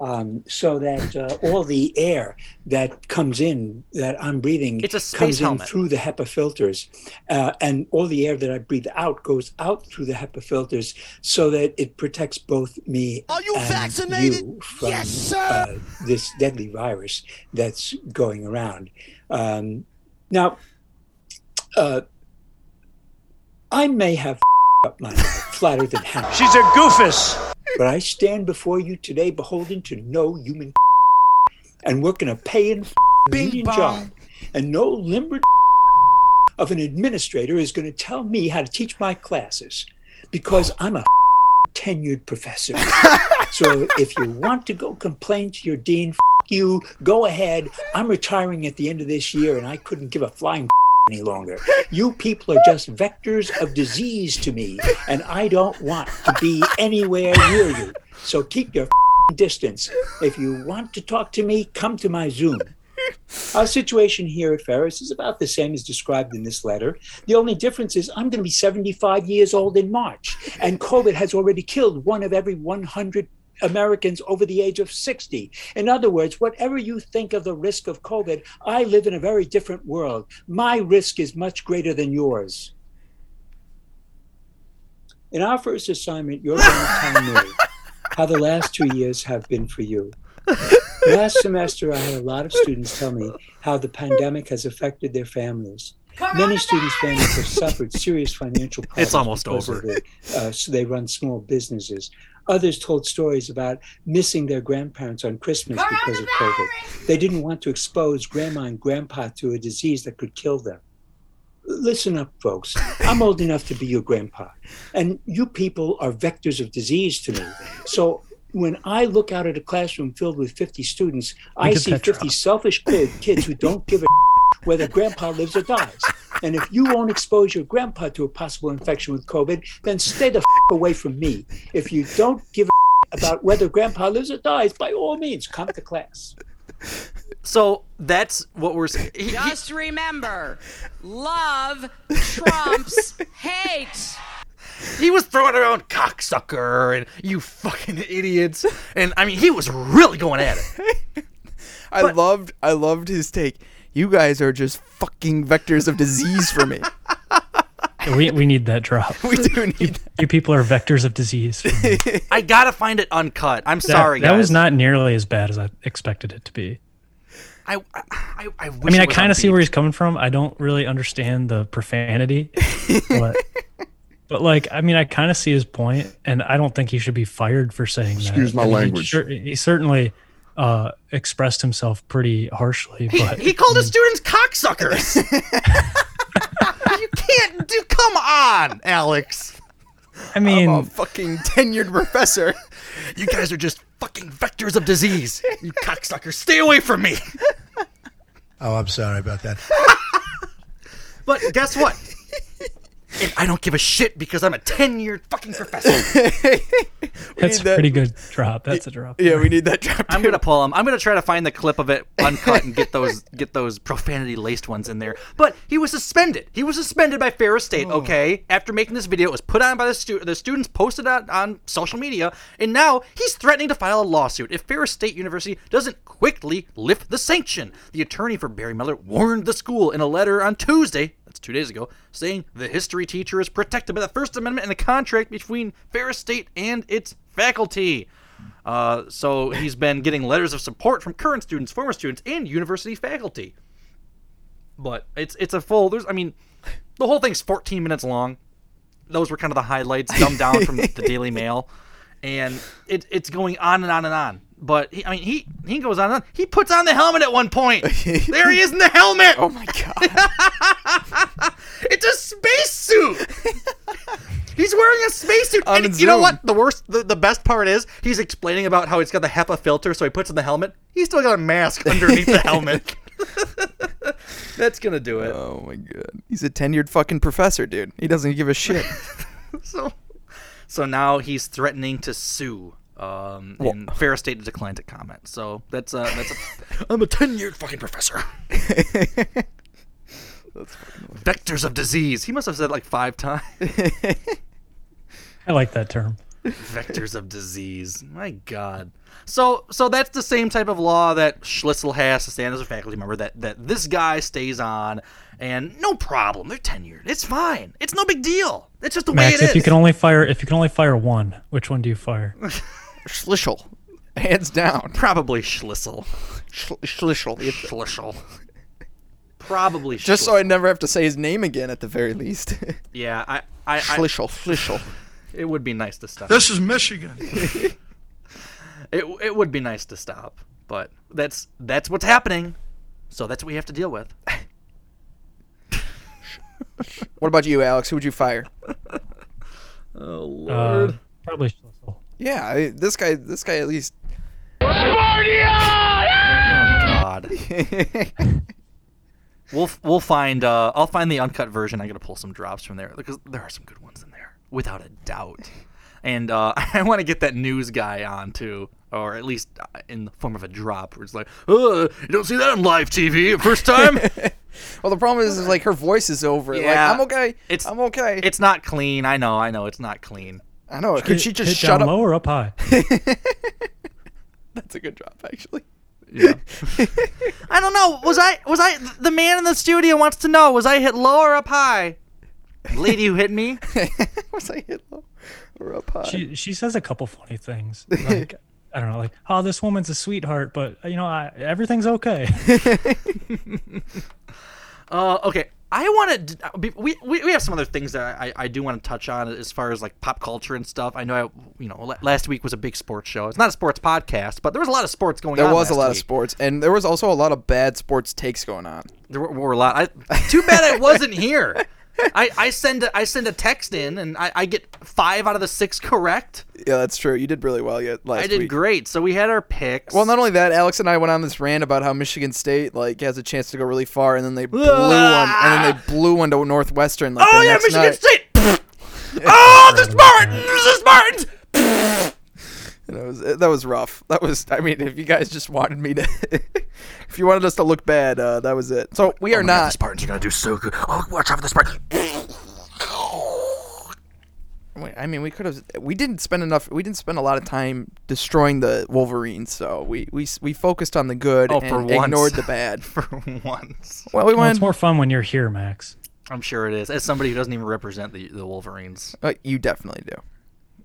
um, so that uh, all the air that comes in that I'm breathing
It's a space
comes in
helmet.
through the HEPA filters, uh, and all the air that I breathe out goes out through the HEPA filters, so that it protects both me
Are you
and
vaccinated?
you from
Yes, sir!
Uh, this deadly virus that's going around. Um, now, uh, I may have up my life flatter than hell. She's a goofus. But I stand before you today beholden to no human and working a paying union
bong.
job. And no limbered of an administrator is going to tell me how to teach my classes because I'm a tenured <laughs> professor. so if you want to go complain to your dean, f- you go ahead. I'm retiring at the end of this year, and I couldn't give a flying f- any longer. You people are just vectors of disease to me, and I don't want to be anywhere near you. So keep your f- distance. If you want to talk to me, come to my Zoom. Our situation here at Ferris is about the same as described in this letter. The only difference is I'm going to be 75 years old in March, and COVID has already killed one of every 100 Americans over the age of 60. In other words, whatever you think of the risk of COVID, I live in a very different world. My risk is much greater than yours. In our first assignment, you're going to tell me how the last two years have been for you. Last semester, I had a lot of students tell me how the pandemic has affected their families. Many students' families have suffered serious financial problems.
It's almost
because
over.
of the- uh, so they run small businesses. Others told stories about missing their grandparents on Christmas because of COVID. They didn't want to expose grandma and grandpa to a disease that could kill them listen up, folks. I'm old enough to be your grandpa, and you people are vectors of disease to me. So when I look out at a classroom filled with 50 students, I
did
see
Petra.
50 selfish kid, kids who don't give a <laughs> whether grandpa lives or dies. And if you won't expose your grandpa to a possible infection with COVID, then stay the <laughs> f- away from me. If you don't give a about whether grandpa lives or dies, by all means, come to class.
So that's what we're saying.
Just remember,
<laughs>
love trumps hate.
He was throwing around cocksucker and you fucking idiots. And I mean, he was really going at it.
I loved I loved his take. You guys are just fucking vectors of disease for me. <laughs>
We, we need that
<laughs>
drop.
we do need <laughs>
you, you people are vectors of <laughs> disease.
I gotta find it uncut. I'm
That-
sorry,
That
guys.
was not nearly as bad as I expected it to be.
I, I, I, I wish
I mean,
it
I
was
kind of see
unbeat.
where he's coming from. I don't really understand the profanity, <laughs> but, but like, I mean, I kind of see his point, and I don't think he should be fired for saying that.
Excuse my
I mean, he
language.
cer- He, certainly uh, expressed himself pretty <laughs> harshly, but
He called
mm.
his students cocksuckers. <laughs> you can't do. Come on, Alex.
I mean,
I'm a fucking tenured professor. <laughs>
You guys are just fucking vectors of disease. You cocksuckers, stay away from me.
Oh, I'm sorry about that.
But guess what? And I don't give a shit because I'm a ten-year fucking professor.
that's a
that-
pretty good drop. That's a drop.
Yeah, we need that drop.
I'm gonna pull him. I'm gonna try to find the clip of it uncut and get those get those profanity laced ones in there. But he was suspended. He was suspended by Ferris State. Okay, after making this video, it was put on by the stu- the students, posted on on social media, and now he's threatening to file a lawsuit if Ferris State University doesn't quickly lift the sanction. The attorney for Barry Miller warned the school in a letter on Tuesday. That's two days ago, saying the history teacher is protected by the First Amendment and the contract between Ferris State and its faculty. Uh, so he's been getting letters of support from current students, former students, and university faculty. But it's it's a full. There's I mean, the whole thing's 14 minutes long. Those were kind of the highlights, dumbed down from the <laughs> Daily Mail, and it, it's going on and on and on. But he, I mean, he he goes on and on. He puts on the helmet at one <laughs> point. there he is in the helmet. Oh my god! <laughs> it's a spacesuit. <laughs> He's wearing a spacesuit.
On
And you know
Zoom.
what? The worst, the, the best part is he's explaining about how it's got the HEPA filter, so he puts on the helmet. He's still got a mask <laughs> underneath the helmet. That's gonna do it.
Oh my god. He's a tenured fucking professor, dude. He doesn't give a shit.
<laughs> So, so now he's threatening to sue. Um, and Fair State declined to comment. So
<laughs>
that's uh, that's. A, I'm a ten-year fucking professor.
That's fucking
vectors of disease. He must have said like five times.
<laughs> I like that term.
vectors of disease. My God. So so that's the same type of law that Schlissel has to stand as a faculty member. That that this guy stays on, and no problem. They're tenured. It's fine. It's no big deal. It's just the way
Max,
it is.
if you can only fire if you can only fire one, which one do you fire?
<laughs> Schlissel. Hands down.
Probably Schlissel.
Schlissel.
Schlissel. Probably
Just so I never have to say his name again at the very least. <laughs>
Yeah, I, I, I
Schlissel. Schlissel.
<laughs> It would be nice to stop.
This is Michigan.
<laughs> it it would be nice to stop, but that's that's what's happening. So that's what we have to deal with.
What about you, Alex? Who would you fire?
oh
Uh, probably Schlissel.
Yeah, I, this guy. This guy at least. <laughs>
God. <laughs> we'll f- we'll find uh, I'll find the uncut version. I gotta pull some drops from there because there are some good ones in there, without a doubt. And uh, <laughs> I want to get that news guy on too, or at least uh, in the form of a drop where it's like, oh, you don't see that on live TV first time.
Well, the problem is, is like her voice is over. it. Like
Yeah.
I'm okay.
It's
I'm okay.
it's not clean. I know, I know, it's not clean.
I know. Could she
Hit-
just
hit
shut
down
up?
low or up high?
That's a good drop, actually. <laughs>
Yeah. I don't know. Was I was I the man in the studio wants to know was I hit low or up high? Lady who hit me.
was I hit low or up high?
She she says a couple funny things. Like I don't know, like, oh, this woman's a sweetheart, but you know, I, everything's okay.
<laughs> Uh, okay. I want to. We, we we have some other things that I, I do want to touch on as far as like pop culture and stuff. I know I you know la- last week was a big sports show. It's not a sports podcast, but there was a lot of sports going on.
There was a
last
lot of
week.
sports, and there was also a lot of bad sports takes going on.
There were, were a lot. I, too bad I
<laughs>
wasn't here. I, I send a, I send a text in and I, I get five out of the six correct.
Yeah, that's true. You did really well yet last
I did
week.
great. So we had our picks.
Well, not only that, Alex and I went on this rant about how Michigan State like has a chance to go really far, and then they blew them, and then they blew one to Northwestern. Like,
Ah! oh
the
yeah,
next
Michigan
night. <laughs>
State. oh, the Spartans, the Spartans.
And it was that was rough. That was I mean, if you guys just wanted me to, <laughs> if you wanted us to look bad, uh, that was it. So we
Oh
are not.
Spartans are gonna do so good. Oh, watch out for the Spartans.
Wait, I mean, we could have. We didn't spend enough. We didn't spend a lot of time destroying the Wolverines. So we we we focused on the good
Oh,
and
for once.
ignored the bad.
for once.
Well, we
Well, it's
went.
more fun when you're here, Max.
I'm sure it is. As somebody who doesn't even represent the, the Wolverines.
Uh, you definitely do.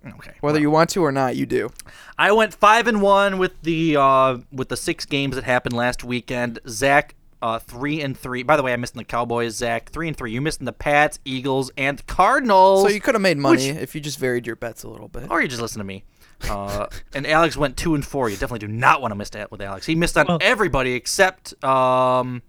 Okay.
Whether you want to or not, you do.
I went five and one with the uh, with the six games that happened last weekend. Zach uh, three and three. By the way, I missed in the Cowboys. Zach three and three. You missed in the Pats, Eagles, and Cardinals.
So you could have made money if you just varied your bets a little bit.
or you just listen to me. Uh, and Alex went two and four. You definitely do not want to miss that with Alex. He missed on everybody except, um,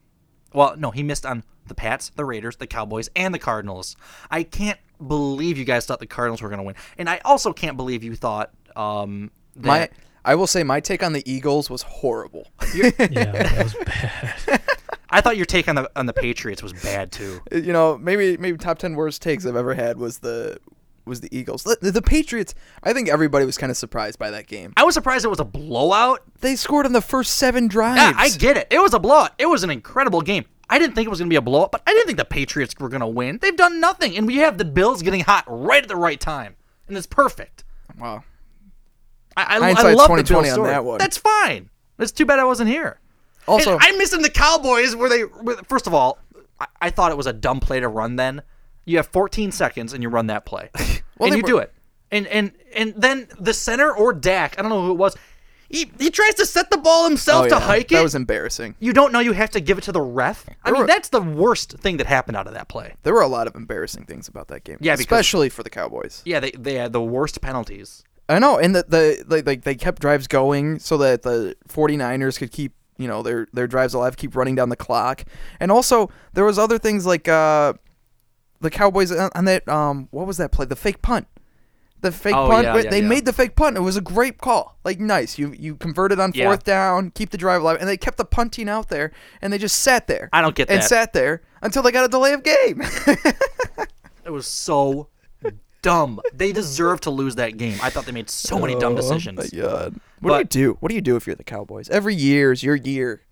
well, no, he missed on the Pats, the Raiders, the Cowboys, and the Cardinals. I can't believe you guys thought the Cardinals were going to win, and I also can't believe you thought um, that.
My, I will say my take on the Eagles was horrible. <laughs>
Yeah, that was bad.
I thought your take on the on the Patriots was bad too.
you know, maybe maybe top ten worst takes I've ever had was the was the Eagles. The, the Patriots. I think everybody was kind of surprised by that game.
I was surprised it was a blowout.
They scored on the first seven drives.
Yeah, I get it. It was a blowout. It was an incredible game. I didn't think it was going to be a blowout, but I didn't think the Patriots were going to win. They've done nothing, and we have the Bills getting hot right at the right time, and it's perfect.
Wow.
I, I, I
Hindsight's
love the
20/20
Bills
on
story.
that one.
That's fine. It's too bad I wasn't here.
Also-
And I'm missing the Cowboys where they. Where, first of all, I, I thought it was a dumb play to run. Then you have 14 seconds and you run that play,
<laughs> Well,
and
they
you
were-
do it. And and and then the center or Dak, I don't know who it was. He, he tries to set the ball himself
Oh,
to
yeah.
hike it.
That was embarrassing.
You don't know you have to give it to the ref. I mean,
were-
that's the worst thing that happened out of that play.
There were a lot of embarrassing things about that game.
Yeah, because-
especially for the Cowboys.
Yeah, they, they had the worst penalties.
I know, and the, the like, like they kept drives going so that the 49ers could keep you know their their drives alive, keep running down the clock, and also there was other things like uh, the Cowboys on, on that um what was that play? The fake punt, the fake
Oh,
punt.
yeah,
but
yeah,
they
yeah.
made the fake punt. It was a great call. Like nice, you you converted on
Yeah.
fourth down, keep the drive alive, and they kept the punting out there, and they just sat there.
I don't get
and
that.
sat there until they got a delay of game. <laughs>
It was so <laughs> dumb. They deserve to lose that game. I thought they made so many dumb decisions.
Oh my god. What
But-
do you do? What do you do if you're the Cowboys? Every year is your year.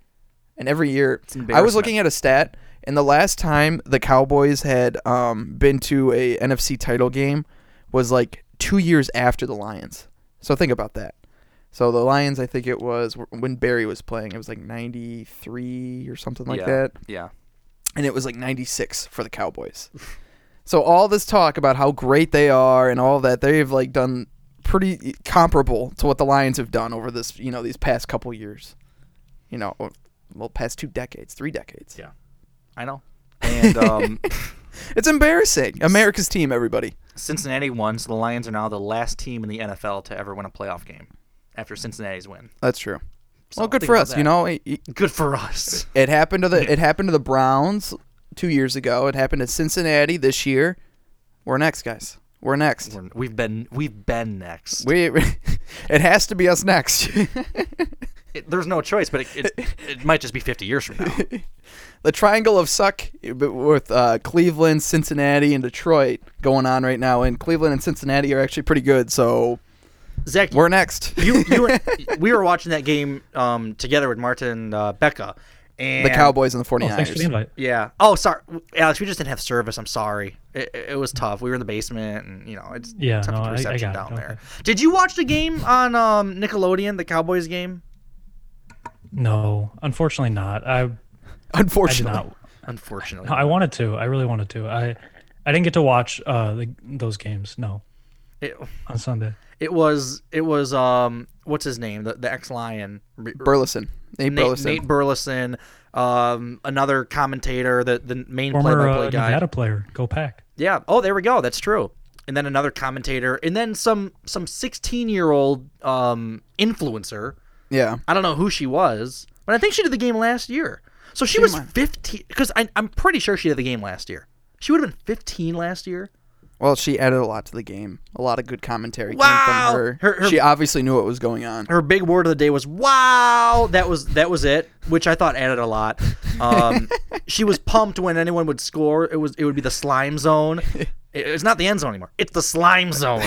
And every year I was
embarrassment.
looking at a stat And the last time the Cowboys had um, been to a NFC title game was like two years after the Lions. So think about that. So the Lions, I think it was when Barry was playing. It was like '93 or something like
Yeah,
that.
yeah.
And it was like '96 for the Cowboys. <laughs> so all this talk about how great they are and all that, they've like done pretty comparable to what the Lions have done over this, you know, these past couple years. You know, or- well, past two decades, three decades.
Yeah. I know. And um, <laughs>
it's embarrassing. America's team, everybody.
Cincinnati won, so the Lions are now the last team in the NFL to ever win a playoff game after Cincinnati's win.
That's true.
So
well, good
think
for
about
us.
that.
You know, it,
good for us.
It happened to the it happened to the Browns two years ago. It happened to Cincinnati this year. We're next, guys. We're next.
We're, we've been we've been next.
We, <laughs> it has to be us next. <laughs>
It- there's no choice, but it, it, it might just be 50 years from
<laughs>
now.
the triangle of suck with uh, Cleveland, Cincinnati, and Detroit going on right now. And Cleveland and Cincinnati are actually pretty good. So,
Zach,
we're next.
You,
<laughs>
you were, we were watching that game um, together with Martin uh, Becca and
The Cowboys
Oh,
and the 49ers.
Yeah. Oh, sorry, Alex. We just didn't have service. I'm sorry. It, it it was tough. We were in the basement, and you know it's
Yeah,
tough
no, I- I
to get reception
got it.
down
Okay.
there. Did you watch the game on um, Nickelodeon, the Cowboys game?
No, unfortunately not. I
Unfortunately.
I did not.
Unfortunately,
No, I wanted to. I really wanted to. I I didn't get to watch uh the, those games. No,
It,
on Sunday.
it was it was um what's his name the the ex Lion
Burleson. Nate Burleson.
Nate Burleson, um another commentator the the main play
Former
by
uh,
play guy
Nevada player. Go Pack.
Yeah. Oh, there we go. That's true. And then another commentator, and then some some 16 year old um, influencer.
Yeah.
I don't know who she was, but I think she did the game last year. So she, was 15 because I'm pretty sure she did the game last year. She would have been 15 last year.
Well, she added a lot to the game. A lot of good commentary came
Wow!
from her.
Her- her-
She obviously knew what was going on.
Her big word of the day was "Wow." That was that was it, which I thought added a lot. Um, she was pumped when anyone would score. It was it would be the slime zone. It- It's not the end zone anymore. It's the slime zone.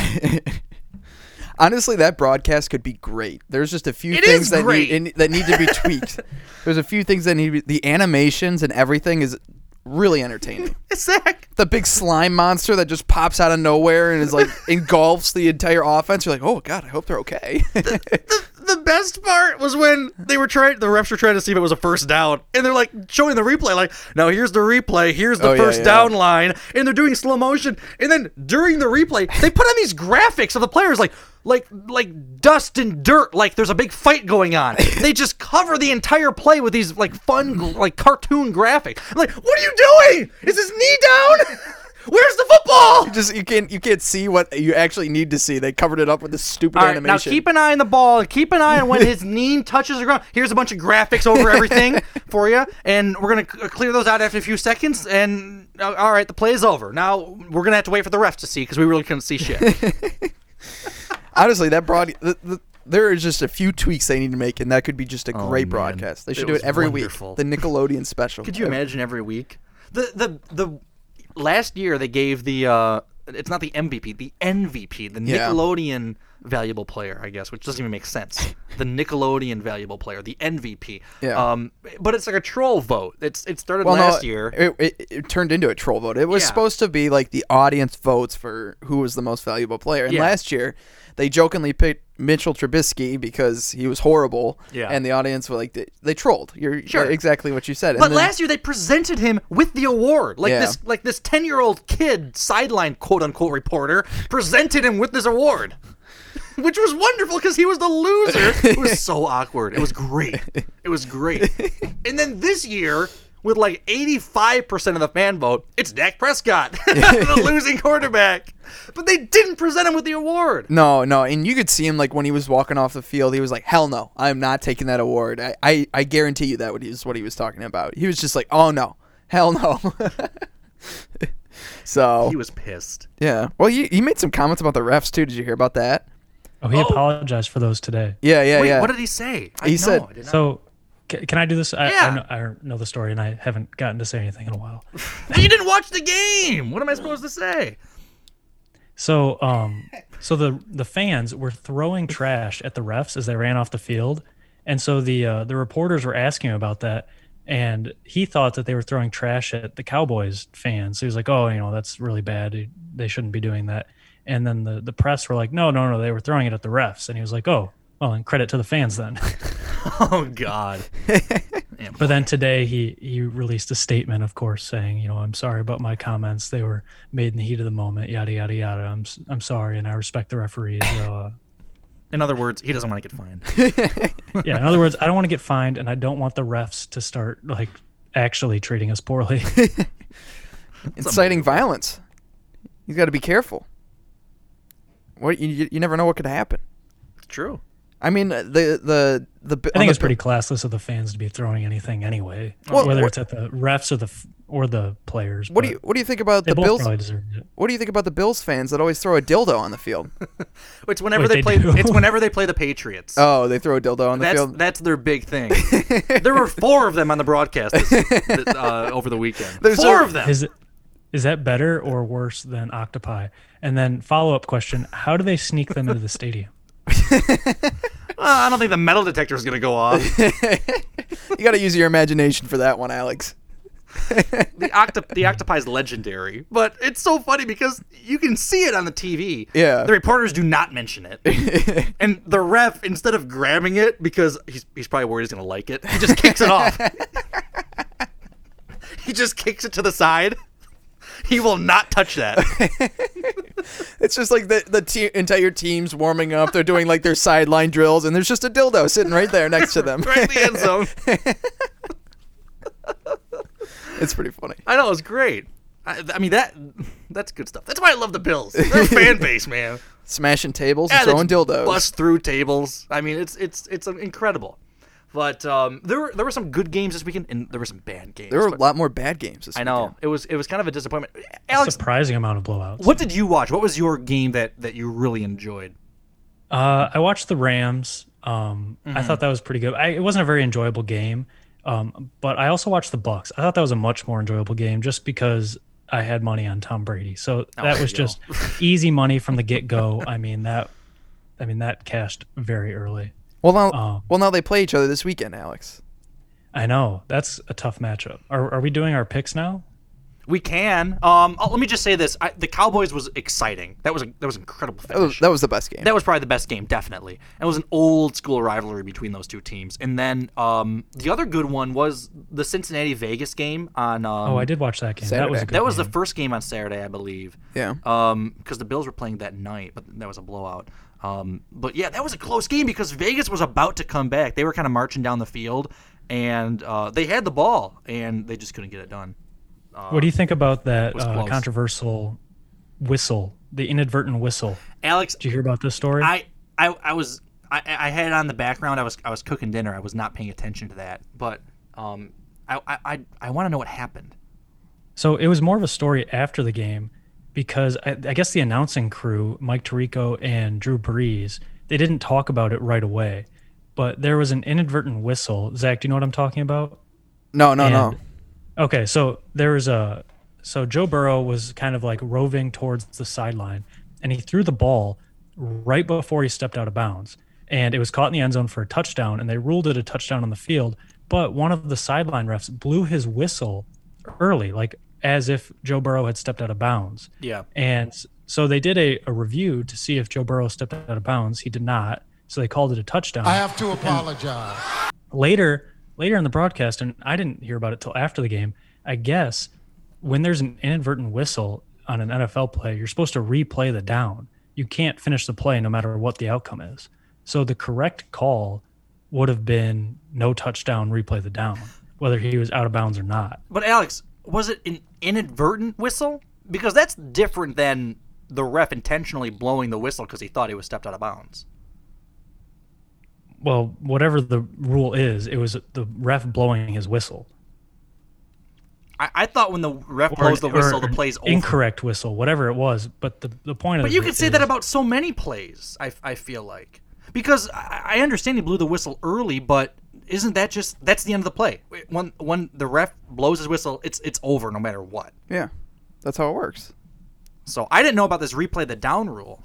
Honestly, that broadcast could be great. There's just a few
It
things
is
that
great.
need in- that need
<laughs>
to be tweaked. There's a few things that need to be, the animations and everything is really entertaining.
Zach.
The big slime monster that just pops out of nowhere and is
<laughs>
like engulfs the entire offense. You're like, oh god, I hope they're
<laughs>
okay. <laughs>
the best part was when they were trying the refs were trying to see if it was a first down and they're like showing the replay like no here's the replay here's the
Oh, yeah,
first
yeah.
down line and they're doing slow motion and then during the replay they put on these graphics of the players like like like dust and dirt like there's a big fight going
<laughs>
on they just cover the entire play with these like fun like cartoon graphics I'm like what are you doing is his knee down <laughs> where's the football
You just you can't you can't see what you actually need to see. They covered it up with this stupid
All right,
animation.
now keep an eye on the ball. and Keep an eye on when
<laughs>
his knee touches the ground. Here's a bunch of graphics over everything for you, and we're gonna c- uh, clear those out after a few seconds. And uh, all right, the play's over. Now we're gonna have to wait for the refs to see because we really couldn't see shit.
<laughs> Honestly, that broad the, the, there is just a few tweaks they need to make, and that could be just a great broadcast. They
Oh, It
should do
was
it every
wonderful.
week. The Nickelodeon special.
Could you imagine every week? The the the last year they gave the uh, it's not the MVP, the NVP, the
Yeah.
Nickelodeon valuable player, I guess, which doesn't even make sense. the Nickelodeon valuable player, the MVP.
Yeah.
Um, but it's like a troll vote. It's it started
Well, no,
last year.
it, it, it turned into a troll vote. It was
Yeah.
supposed to be like the audience votes for who was the most valuable player. And
Yeah.
last year, they jokingly picked Mitchell Trubisky because he was horrible.
Yeah.
And the audience were like, they, they trolled. You're
Sure.
exactly what you said. And
But
then-
last year they presented him with the award, like
Yeah.
this, like this ten-year-old kid sideline quote unquote reporter presented him with this award, <laughs> which was wonderful because he was the loser. it was
<laughs>
so awkward. It was great. It was great. and then this year, with like eighty-five percent of the fan vote, it's Dak Prescott, <laughs>
<laughs>
the losing quarterback. But they didn't present him with the award.
No, no, and you could see him like when he was walking off the field, he was like, "Hell no, I'm not taking that award." I, I, I guarantee you that what he was what he was talking about. He was just like, "Oh no, hell no." <laughs> so
He was pissed.
Yeah. Well, he, he made some comments about the refs too. Did you hear about that?
Oh, he apologized for those today.
Yeah, yeah, yeah.
say?
He said-
So, ca- can I do this? I,
Yeah.
I, know, I know the story, and I haven't gotten to say anything in a while.
you didn't watch the game. What am I supposed to say?
So, um, so the the fans were throwing trash at the refs as they ran off the field, and so the uh, the reporters were asking him about that, and he thought that they were throwing trash at the Cowboys fans. He was like, "Oh, you know, that's really bad. They shouldn't be doing that." And then the the press were like, "No, no, no, they were throwing it at the refs." And he was like, "Oh, well, and credit to the fans then."
oh God.
but then today he he released a statement, of course, saying, "You know, I'm sorry about my comments. They were made in the heat of the moment. Yada yada yada. I'm s- I'm sorry, and I respect the referees." Uh,
In other words, he doesn't want to get <laughs>
<laughs>
fined.
yeah. In other words, I don't want to get fined, and I don't want the refs to start like actually treating us poorly. <laughs>
inciting violence. You got to be careful. What you- you you never know what could happen.
It's true.
I mean uh, the the the.
I think it's pretty classless of the fans to be throwing anything anyway,
Well,
whether
what-
it's at the refs or the f- or the players.
What do
but
you What do you think about
they
the
both
Bills?
probably deserved it.
What do you think about the Bills fans that always throw a dildo on the
<laughs>
field?
It's whenever
Wait,
they,
they
play.
do?
It's whenever <laughs> they play the Patriots.
oh, they throw a dildo on the
that's <laughs>
field.
that's their big thing. there were four of them on the broadcast this, th- uh, over the weekend.
There's
four
a-
of them.
Is it is that better or worse than octopi? And then follow up question: How do they sneak them into the stadium?
Uh, I don't think the metal detector is going to go off.
you got to use your imagination for that one, Alex.
the octop the octopi is legendary, but it's so funny because you can see it on the TV.
Yeah.
the reporters do not mention it, and the ref instead of grabbing it because he's he's probably worried he's going to like it, he just kicks it off. he just kicks it to the side. He will not touch that.
It's just like the the te- entire team's warming up. They're doing like their sideline drills, and there's just a dildo sitting right there next to them.
<laughs> right in the end zone.
<laughs> It's pretty funny.
I know it's great. I, I mean that that's good stuff. That's why I love the Bills. They're a fan base, man.
Smashing tables
Yeah,
and
they
throwing
just
dildos.
bust through tables. I mean, it's it's it's incredible. But um, there were there were some good games this weekend, and there were some bad games.
There were a
But
lot more bad games. This
I know
weekend.
it was it was kind of a disappointment. Alex,
Surprising amount of blowouts.
what did you watch? What was your game that that you really enjoyed?
Uh, I watched the Rams. Um,
Mm-hmm.
I thought that was pretty good. I, it wasn't a very enjoyable game, um, but I also watched the Bucks. I thought that was a much more enjoyable game just because I had money on Tom Brady. So that
there
was
you go. <laughs>
just easy money from the get go. I mean that, I mean that cashed very early.
Well now,
Um,
well now they play each other this weekend, Alex.
I know that's a tough matchup. Are, are we doing our picks now?
We can. Um, oh, let me just say this: I, the Cowboys was exciting. That was a, that was an incredible
That was,
finish.
Oh, that was the best game.
That was probably the best game, definitely. And it was an old school rivalry between those two teams. And then um, the other good one was the Cincinnati Vegas game on. Um,
Oh, I did watch that game. That was a
Saturday.
good
That was
game.
the first game on Saturday, I believe.
Yeah.
Um, because the Bills were playing that night, but that was a blowout. Um, but yeah, that was a close game because Vegas was about to come back. They were kind of marching down the field, and uh, they had the ball, and they just couldn't get it done.
what do you think about that
was
uh,
close.
controversial whistle? The inadvertent whistle.
Alex,
Did you hear about this story?
I, I, I was, I, I had it on the background. I was, I was cooking dinner. I was not paying attention to that, but um, I, I, I, I want to know what happened.
So it was more of a story after the game because I, I guess the announcing crew, Mike Tirico and Drew Brees, they didn't talk about it right away, but there was an inadvertent whistle. Zach, do you know what I'm talking about?
no, no, no.
And- Okay, so there was a so Joe Burrow was kind of like roving towards the sideline and he threw the ball right before he stepped out of bounds and it was caught in the end zone for a touchdown and they ruled it a touchdown on the field, but one of the sideline refs blew his whistle early like as if Joe Burrow had stepped out of bounds.
Yeah.
And s- so they did a, a review to see if Joe Burrow stepped out of bounds. He did not. So they called it a touchdown
I have to apologize.
later later in the broadcast and i didn't hear about it till after the game i guess when there's an inadvertent whistle on an nfl play you're supposed to replay the down you can't finish the play no matter what the outcome is so the correct call would have been no touchdown replay the down whether he was out of bounds or not
But Alex, was it an inadvertent whistle? Because that's different than the ref intentionally blowing the whistle because he thought he was stepped out of bounds.
well whatever the rule is it was the ref blowing his whistle
I, I thought when the ref
Or
blows the
an-
whistle,
or
the
an
play's over.
incorrect whistle whatever it was but the, the point of
But
it
you could say that
is-
about so many plays. I, I feel like because I, I understand he blew the whistle early, but isn't that just that's the end of the play? When when the ref blows his whistle, it's it's over no matter what.
Yeah, that's how it works.
So I didn't know about this replay the down rule.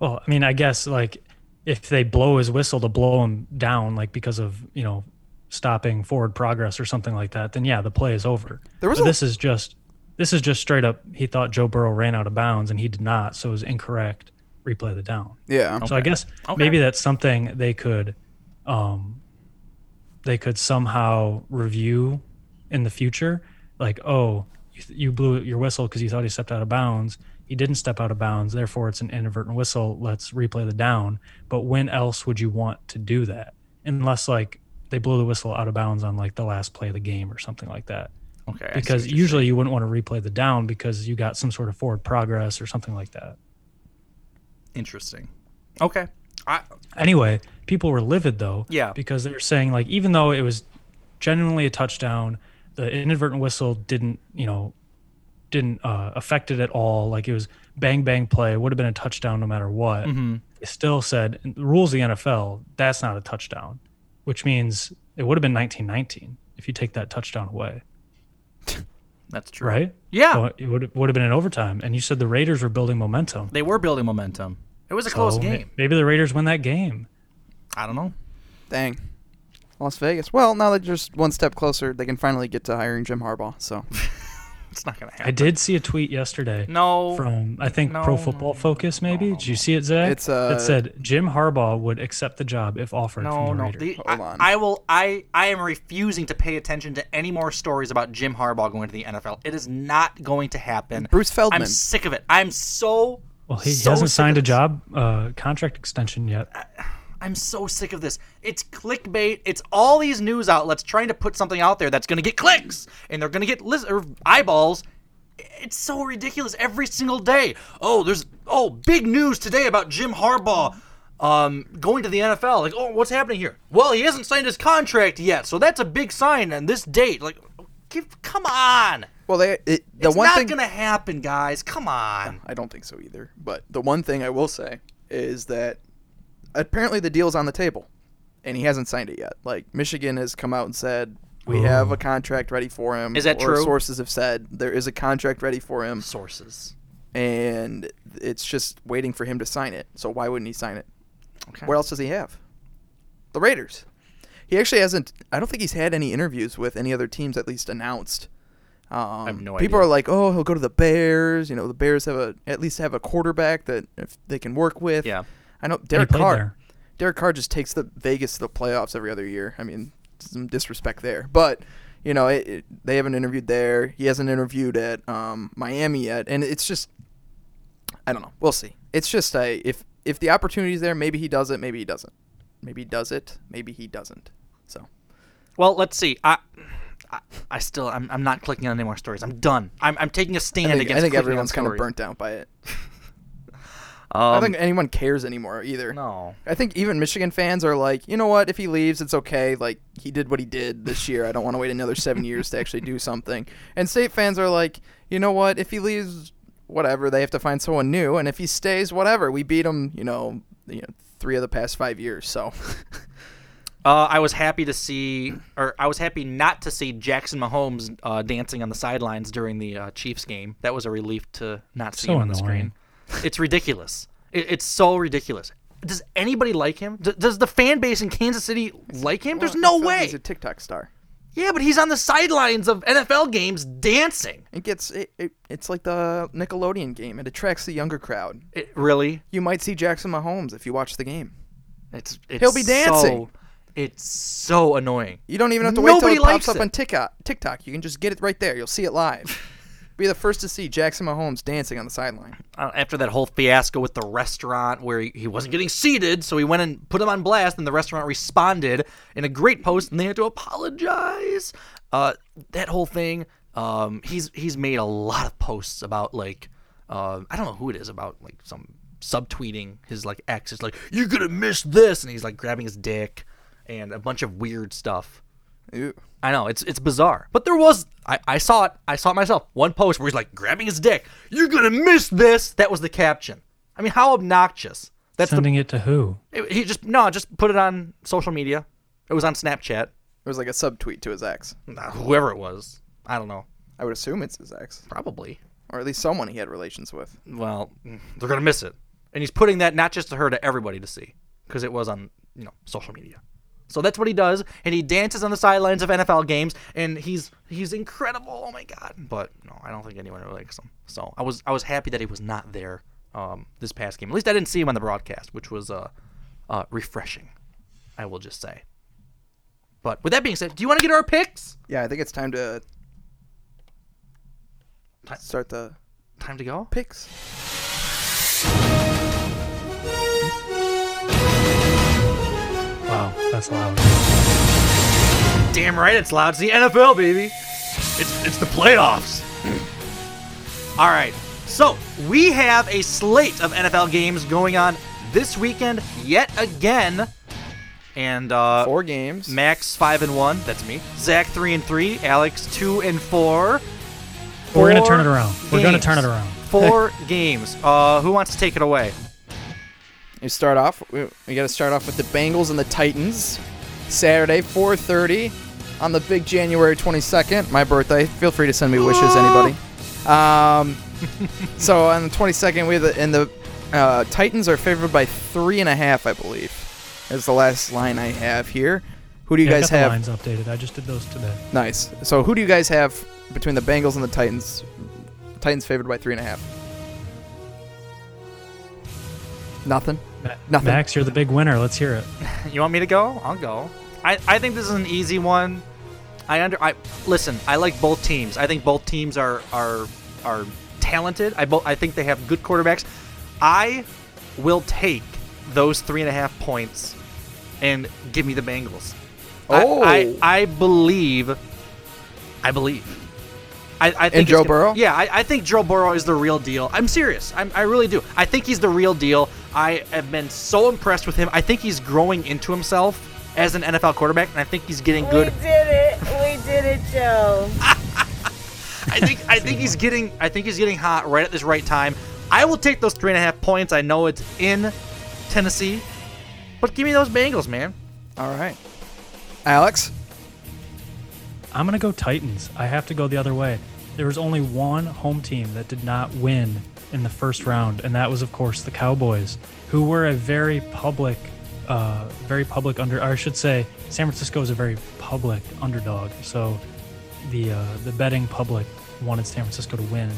Well, I mean, I guess like if they blow his whistle to blow him down, like because of you know stopping forward progress or something like that, then yeah, the play is over.
There was
But
a-
this is just this is just straight up. He thought Joe Burrow ran out of bounds and he did not, so it was incorrect. Replay the down.
Yeah.
So I
Okay.
guess
Okay.
maybe that's something they could, um, they could somehow review in the future. Like, oh, you, th- you blew your whistle because you thought he stepped out of bounds. He didn't step out of bounds. Therefore, it's an inadvertent whistle. Let's replay the down. But when else would you want to do that? Unless like they blow the whistle out of bounds on like the last play of the game or something like that.
Okay. I see
Because
what you're
usually you wouldn't want to replay the down because you got some sort of forward progress or something like that.
Interesting. Okay. I,
Anyway, people were livid though.
Yeah.
Because they were saying like even though it was genuinely a touchdown, the inadvertent whistle didn't, you know, didn't uh, affect it at all. Like it was bang bang play, would have been a touchdown no matter what.
Mhm.
They still said the rules of the NFL, that's not a touchdown, which means it would have been 1919 if you take that touchdown away.
That's true.
Right?
Yeah.
So it would would have been an overtime and you said the Raiders were building momentum.
They were building momentum. It was a close
So may-
game.
Maybe the Raiders win that game.
I don't know.
Dang. Las Vegas. Well, now they're just one step closer. They can finally get to hiring Jim Harbaugh. <laughs> So
it's not gonna happen.
I did see a tweet yesterday.
No.
From I think
No,
Pro Football Focus, maybe. Did you see it, Zach?
It's, uh,
that said Jim Harbaugh would accept the job if offered
No,
from the
no.
Raiders.
The- I, I will. I I am refusing to pay attention to any more stories about Jim Harbaugh going to the NFL. It is not going to happen.
Bruce Feldman.
I'm sick of it. I'm so.
well, he, he
so
hasn't
sick
signed a
of this.
job uh, contract extension yet.
I'm so sick of this. It's clickbait. It's all these news outlets trying to put something out there that's going to get clicks and they're going to get lis- or eyeballs. It's so ridiculous every single day. Oh, there's oh big news today about Jim Harbaugh um, going to the NFL. Like, oh, what's happening here? Well, he hasn't signed his contract yet, so that's a big sign on this date. Like, give, come on.
Well, they it, the
it's
one
not
thing
gonna happen, guys. Come on.
<laughs> I don't think so either. But the one thing I will say is that apparently the deal's on the table, and he hasn't signed it yet. Like Michigan has come out and said we
Ooh.
have a contract ready for him.
Is that
or
true?
Sources have said there is a contract ready for him.
Sources.
And it's just waiting for him to sign it. So why wouldn't he sign it?
Okay.
What else does he have? The Raiders. He actually hasn't. I don't think he's had any interviews with any other teams, at least announced. Um,
no
people are
idea.
like, "Oh, he'll go to the Bears." You know, the Bears have a at least have a quarterback that if they can work with.
Yeah.
I know Derek
played
Carr.
there.
Derek Carr just takes the Vegas to the playoffs every other year. I mean, some disrespect there, but you know, it, it, they haven't interviewed there. He hasn't interviewed at um, Miami yet, and it's just, I don't know. We'll see. It's just a if if the opportunity's there, maybe he does it, maybe he doesn't, maybe he does it, maybe he doesn't. So
Well, let's see. I, I, I still, I'm, I'm not clicking on any more stories. I'm done. I'm, I'm taking a
I
stand
think,
against.
I think
clicking
everyone's
kind
kind of burnt out by it.
Um,
I don't think anyone cares anymore either.
No.
I think even Michigan fans are like, you know what? If he leaves, it's okay. Like he did what he did this year. I don't want to wait another
<laughs>
seven years to actually do something. And state fans are like, you know what? If he leaves, whatever. They have to find someone new. And if he stays, whatever. We beat him. You know, you know, three of the past five years. So
Uh, I was happy to see, or I was happy not to see Jackson Mahomes uh, dancing on the sidelines during the uh, Chiefs game. That was a relief to not see
So
him on the screen. It's ridiculous. It, it's so ridiculous. Does anybody like him? D- does the fan base in Kansas City like him? There's no way.
<laughs> he's a TikTok star.
yeah, but he's on the sidelines of NFL games dancing.
It gets it, it. It's like the Nickelodeon game. It attracts the younger crowd.
It, really?
You might see Jackson Mahomes if you watch the game.
It's, it's
He'll be dancing.
so- it's so annoying.
You don't even have to wait till
Nobody
it pops
likes
up
it.
on TikTok. TikTok, you can just get it right there. You'll see it
<laughs>
live. Be the first to see Jackson Mahomes dancing on the sideline.
uh, after that whole fiasco with the restaurant where he, he wasn't getting seated, so he went and put him on blast, and the restaurant responded in a great post, and they had to apologize. Uh, that whole thing. Um, he's he's made a lot of posts about like uh, I don't know who it is about like some subtweeting his like ex is like you're gonna miss this, and he's like grabbing his dick and a bunch of weird stuff. I know it's it's bizarre, but there was I, I saw it I saw it myself. One post where he's like grabbing his dick. You're gonna miss this. That was the caption. I mean, how obnoxious. That's
Sending it to who?
the it- he just no just put it on social media. It was on Snapchat.
It was like a subtweet to his ex.
Whoever it was, I don't know.
I would assume it's his ex.
Probably.
Or at least someone he had relations with.
Well, they're gonna miss it, and he's putting that not just to her to everybody to see because it was on you know social media. So that's what he does, and he dances on the sidelines of NFL games, and he's he's incredible. Oh my god! But no, I don't think anyone really likes him. So I was I was happy that he was not there um, this past game. At least I didn't see him on the broadcast, which was uh, uh, refreshing. I will just say. But with that being said, do you want to get our picks?
Yeah, I think it's time to start the
time to go
picks.
Wow, that's loud.
Damn right, it's loud. It's the NFL, baby. It's it's the playoffs. All right, so we have a slate of NFL games going on this weekend yet again, and uh,
four games.
Max five and one. That's me. Zach three and three. Alex two and four.
We're gonna
Four
turn it around. We're gonna
games.
turn it around.
Four <laughs> games. Uh, who wants to take it away?
You start off. We, we got to start off with the Bengals and the Titans. Saturday, 4:30, on the big January 22nd, my birthday. Feel free to send me wishes, anybody. Um, <laughs> so on the 22nd, we have the, and the uh, Titans are favored by three and a half, I believe. Is the last line I have here. Who do you
Yeah, I
guys
got
have?
The lines updated. I just did those today.
Nice. So who do you guys have between the Bengals and the Titans? Titans favored by three and a half. Nothing.
Ma-
Nothing.
Max, you're the big winner. Let's hear it.
<laughs> You want me to go? I'll go. I, I think this is an easy one. I under I listen. I like both teams. I think both teams are are are talented. I both I think they have good quarterbacks. I will take those three and a half points and give me the Bengals. I-
Oh.
I, I, believe. I believe. I, I think
And
it's
Joe
gonna-
Burrow?
Yeah, I, I think Joe Burrow is the real deal. I'm serious. I'm, I really do. I think he's the real deal. I have been so impressed with him. I think he's growing into himself as an NFL quarterback, and I think he's getting good.
We did it. We did it, Joe.
I think I think he's getting I think he's getting hot right at this right time. I will take those three and a half points. I know it's in Tennessee, but give me those Bengals, man.
All right, Alex.
I'm gonna go Titans. I have to go the other way. There was only one home team that did not win in the first round, and that was, of course, the Cowboys, who were a very public, uh, very public under. Or I should say, San Francisco is a very public underdog. So, the uh, the betting public wanted San Francisco to win.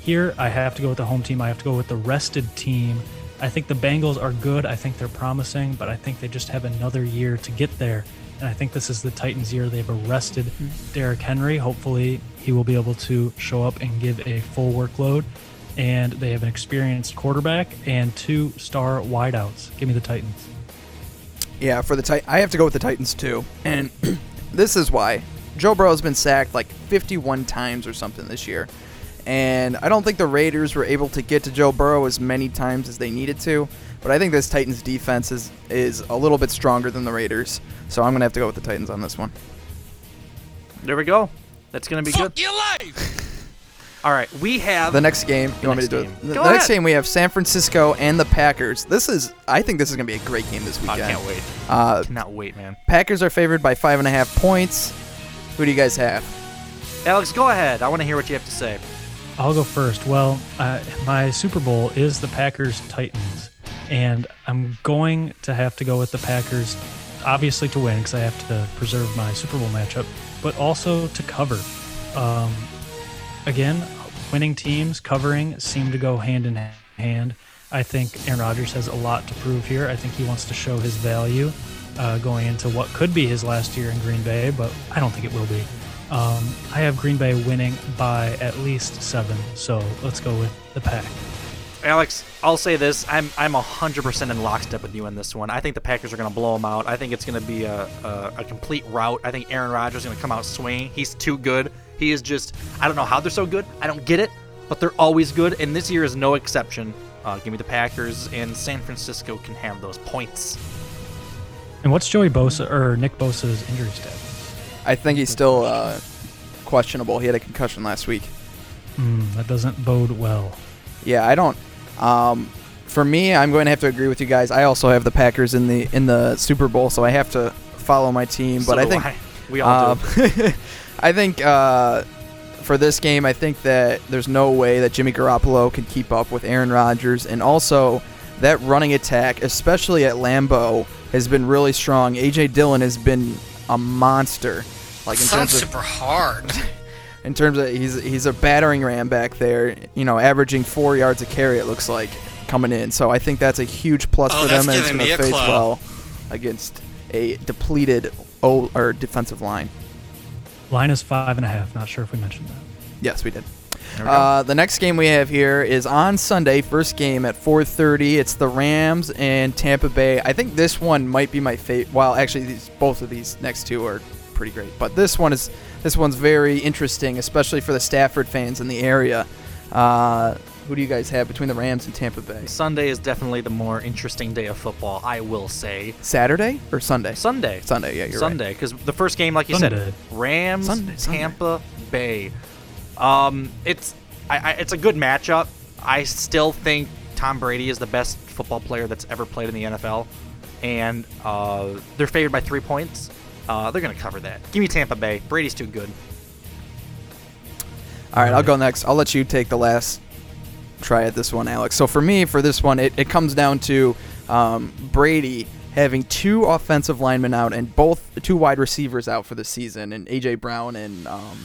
Here, I have to go with the home team. I have to go with the rested team. I think the Bengals are good. I think they're promising, but I think they just have another year to get there. And I think this is the Titans' year. They've arrested Derrick Henry. Hopefully, he will be able to show up and give a full workload. And they have an experienced quarterback and two star wideouts. Give me the Titans.
Yeah, for the Tit- I have to go with the Titans too, and <clears throat> this is why Joe Burrow's been sacked like 51 times or something this year, and I don't think the Raiders were able to get to Joe Burrow as many times as they needed to. But I think this Titans defense is is a little bit stronger than the Raiders, so I'm gonna have to go with the Titans on this one.
There we go. That's gonna be good. <laughs> All right, we have
The next game, you
The
want me to
next
do
game.
it? The,
Go
the next
ahead.
game we have San Francisco and the Packers. This is, I think, this is gonna be a great game this
I
weekend.
can't wait.
Uh,
Cannot wait, man.
Packers are favored by five and a half points. Who do you guys have?
Alex, go ahead. I want to hear what you have to say.
I'll go first. Well, uh, my Super Bowl is the Packers Titans, and I'm going to have to go with the Packers, obviously to win because I have to preserve my Super Bowl matchup, but also to cover. Um, again, winning teams covering seem to go hand in hand. I think Aaron Rodgers has a lot to prove here. I think he wants to show his value uh, going into what could be his last year in Green Bay, but I don't think it will be. Um, I have Green Bay winning by at least seven, so let's go with the pack.
Alex, I'll say this: I'm I'm hundred percent in lockstep with you on this one. I think the Packers are going to blow them out. I think it's going to be a, a a complete rout. I think Aaron Rodgers is going to come out swinging. He's too good. He is just I don't know how they're so good. I don't get it, but they're always good, and this year is no exception. Uh, give me the Packers, and San Francisco can have those points.
And what's Joey Bosa or Nick Bosa's injury status?
I think he's still uh, questionable. He had a concussion last week.
Hmm, that doesn't bode well.
Yeah, I don't. Um, for me, I'm going to have to agree with you guys. I also have the Packers in the in the Super Bowl, so I have to follow my team.
So
but I
do
think um,
I. <laughs> We all
do. <laughs> I think uh, for this game, I think that there's no way that Jimmy Garoppolo can keep up with Aaron Rodgers, and also that running attack, especially at Lambeau, has been really strong. AJ Dillon has been a monster. Like in
Sounds
terms of
super hard.
in terms of he's he's a battering ram back there, you know, averaging four yards a carry. It looks like coming in. So I think that's a huge plus
Oh,
for
that's
them, and it's
giving
going to
me a
face
clue.
well against a depleted o- or defensive line.
Line is five and a half. Not sure if we mentioned that.
Yes, we did.
There we go.
Uh, the next game we have here is on Sunday, first game at 4:30. It's the Rams and Tampa Bay. I think this one might be my favorite. Well, actually, these, both of these next two are pretty great, but this one is this one's very interesting, especially for the Stafford fans in the area. Uh, who do you guys have between the Rams and Tampa Bay?
Sunday is definitely the more interesting day of football, I will say.
Saturday or Sunday?
Sunday.
Sunday. Yeah, you're right.
Sunday, because the first game, like you
Sunday.
said, Rams,
Sunday, Sunday.
Tampa Bay. Um, it's I, I, it's a good matchup. I still think Tom Brady is the best football player that's ever played in the NFL, and uh, they're favored by three points. Uh, they're gonna cover that. Give me Tampa Bay. Brady's too good.
All right, I'll go next. I'll let you take the last try at this one, Alex. So for me, for this one, it, it comes down to um, Brady having two offensive linemen out and both two wide receivers out for the season, and AJ Brown and um,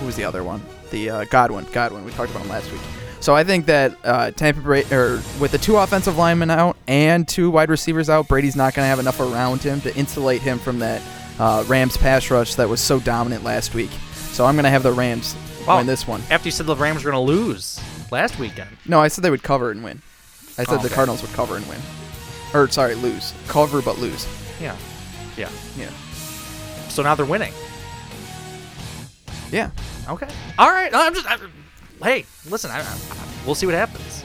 who was the other one? The uh, Godwin. Godwin. We talked about him last week. So I think that uh, Tampa Bay, or with the two offensive linemen out and two wide receivers out, Brady's not going to have enough around him to insulate him from that uh, Rams pass rush that was so dominant last week. So I'm going to have the Rams win this one.
After you said the Rams were gonna lose last weekend.
No, I said they would cover and win. I said
Oh,
the
okay.
Cardinals would cover and win. Or sorry, lose. Cover but lose.
Yeah. Yeah.
Yeah.
So now they're winning.
Yeah.
Okay. All right. I'm just. I, hey, listen. I, I, we'll see what happens.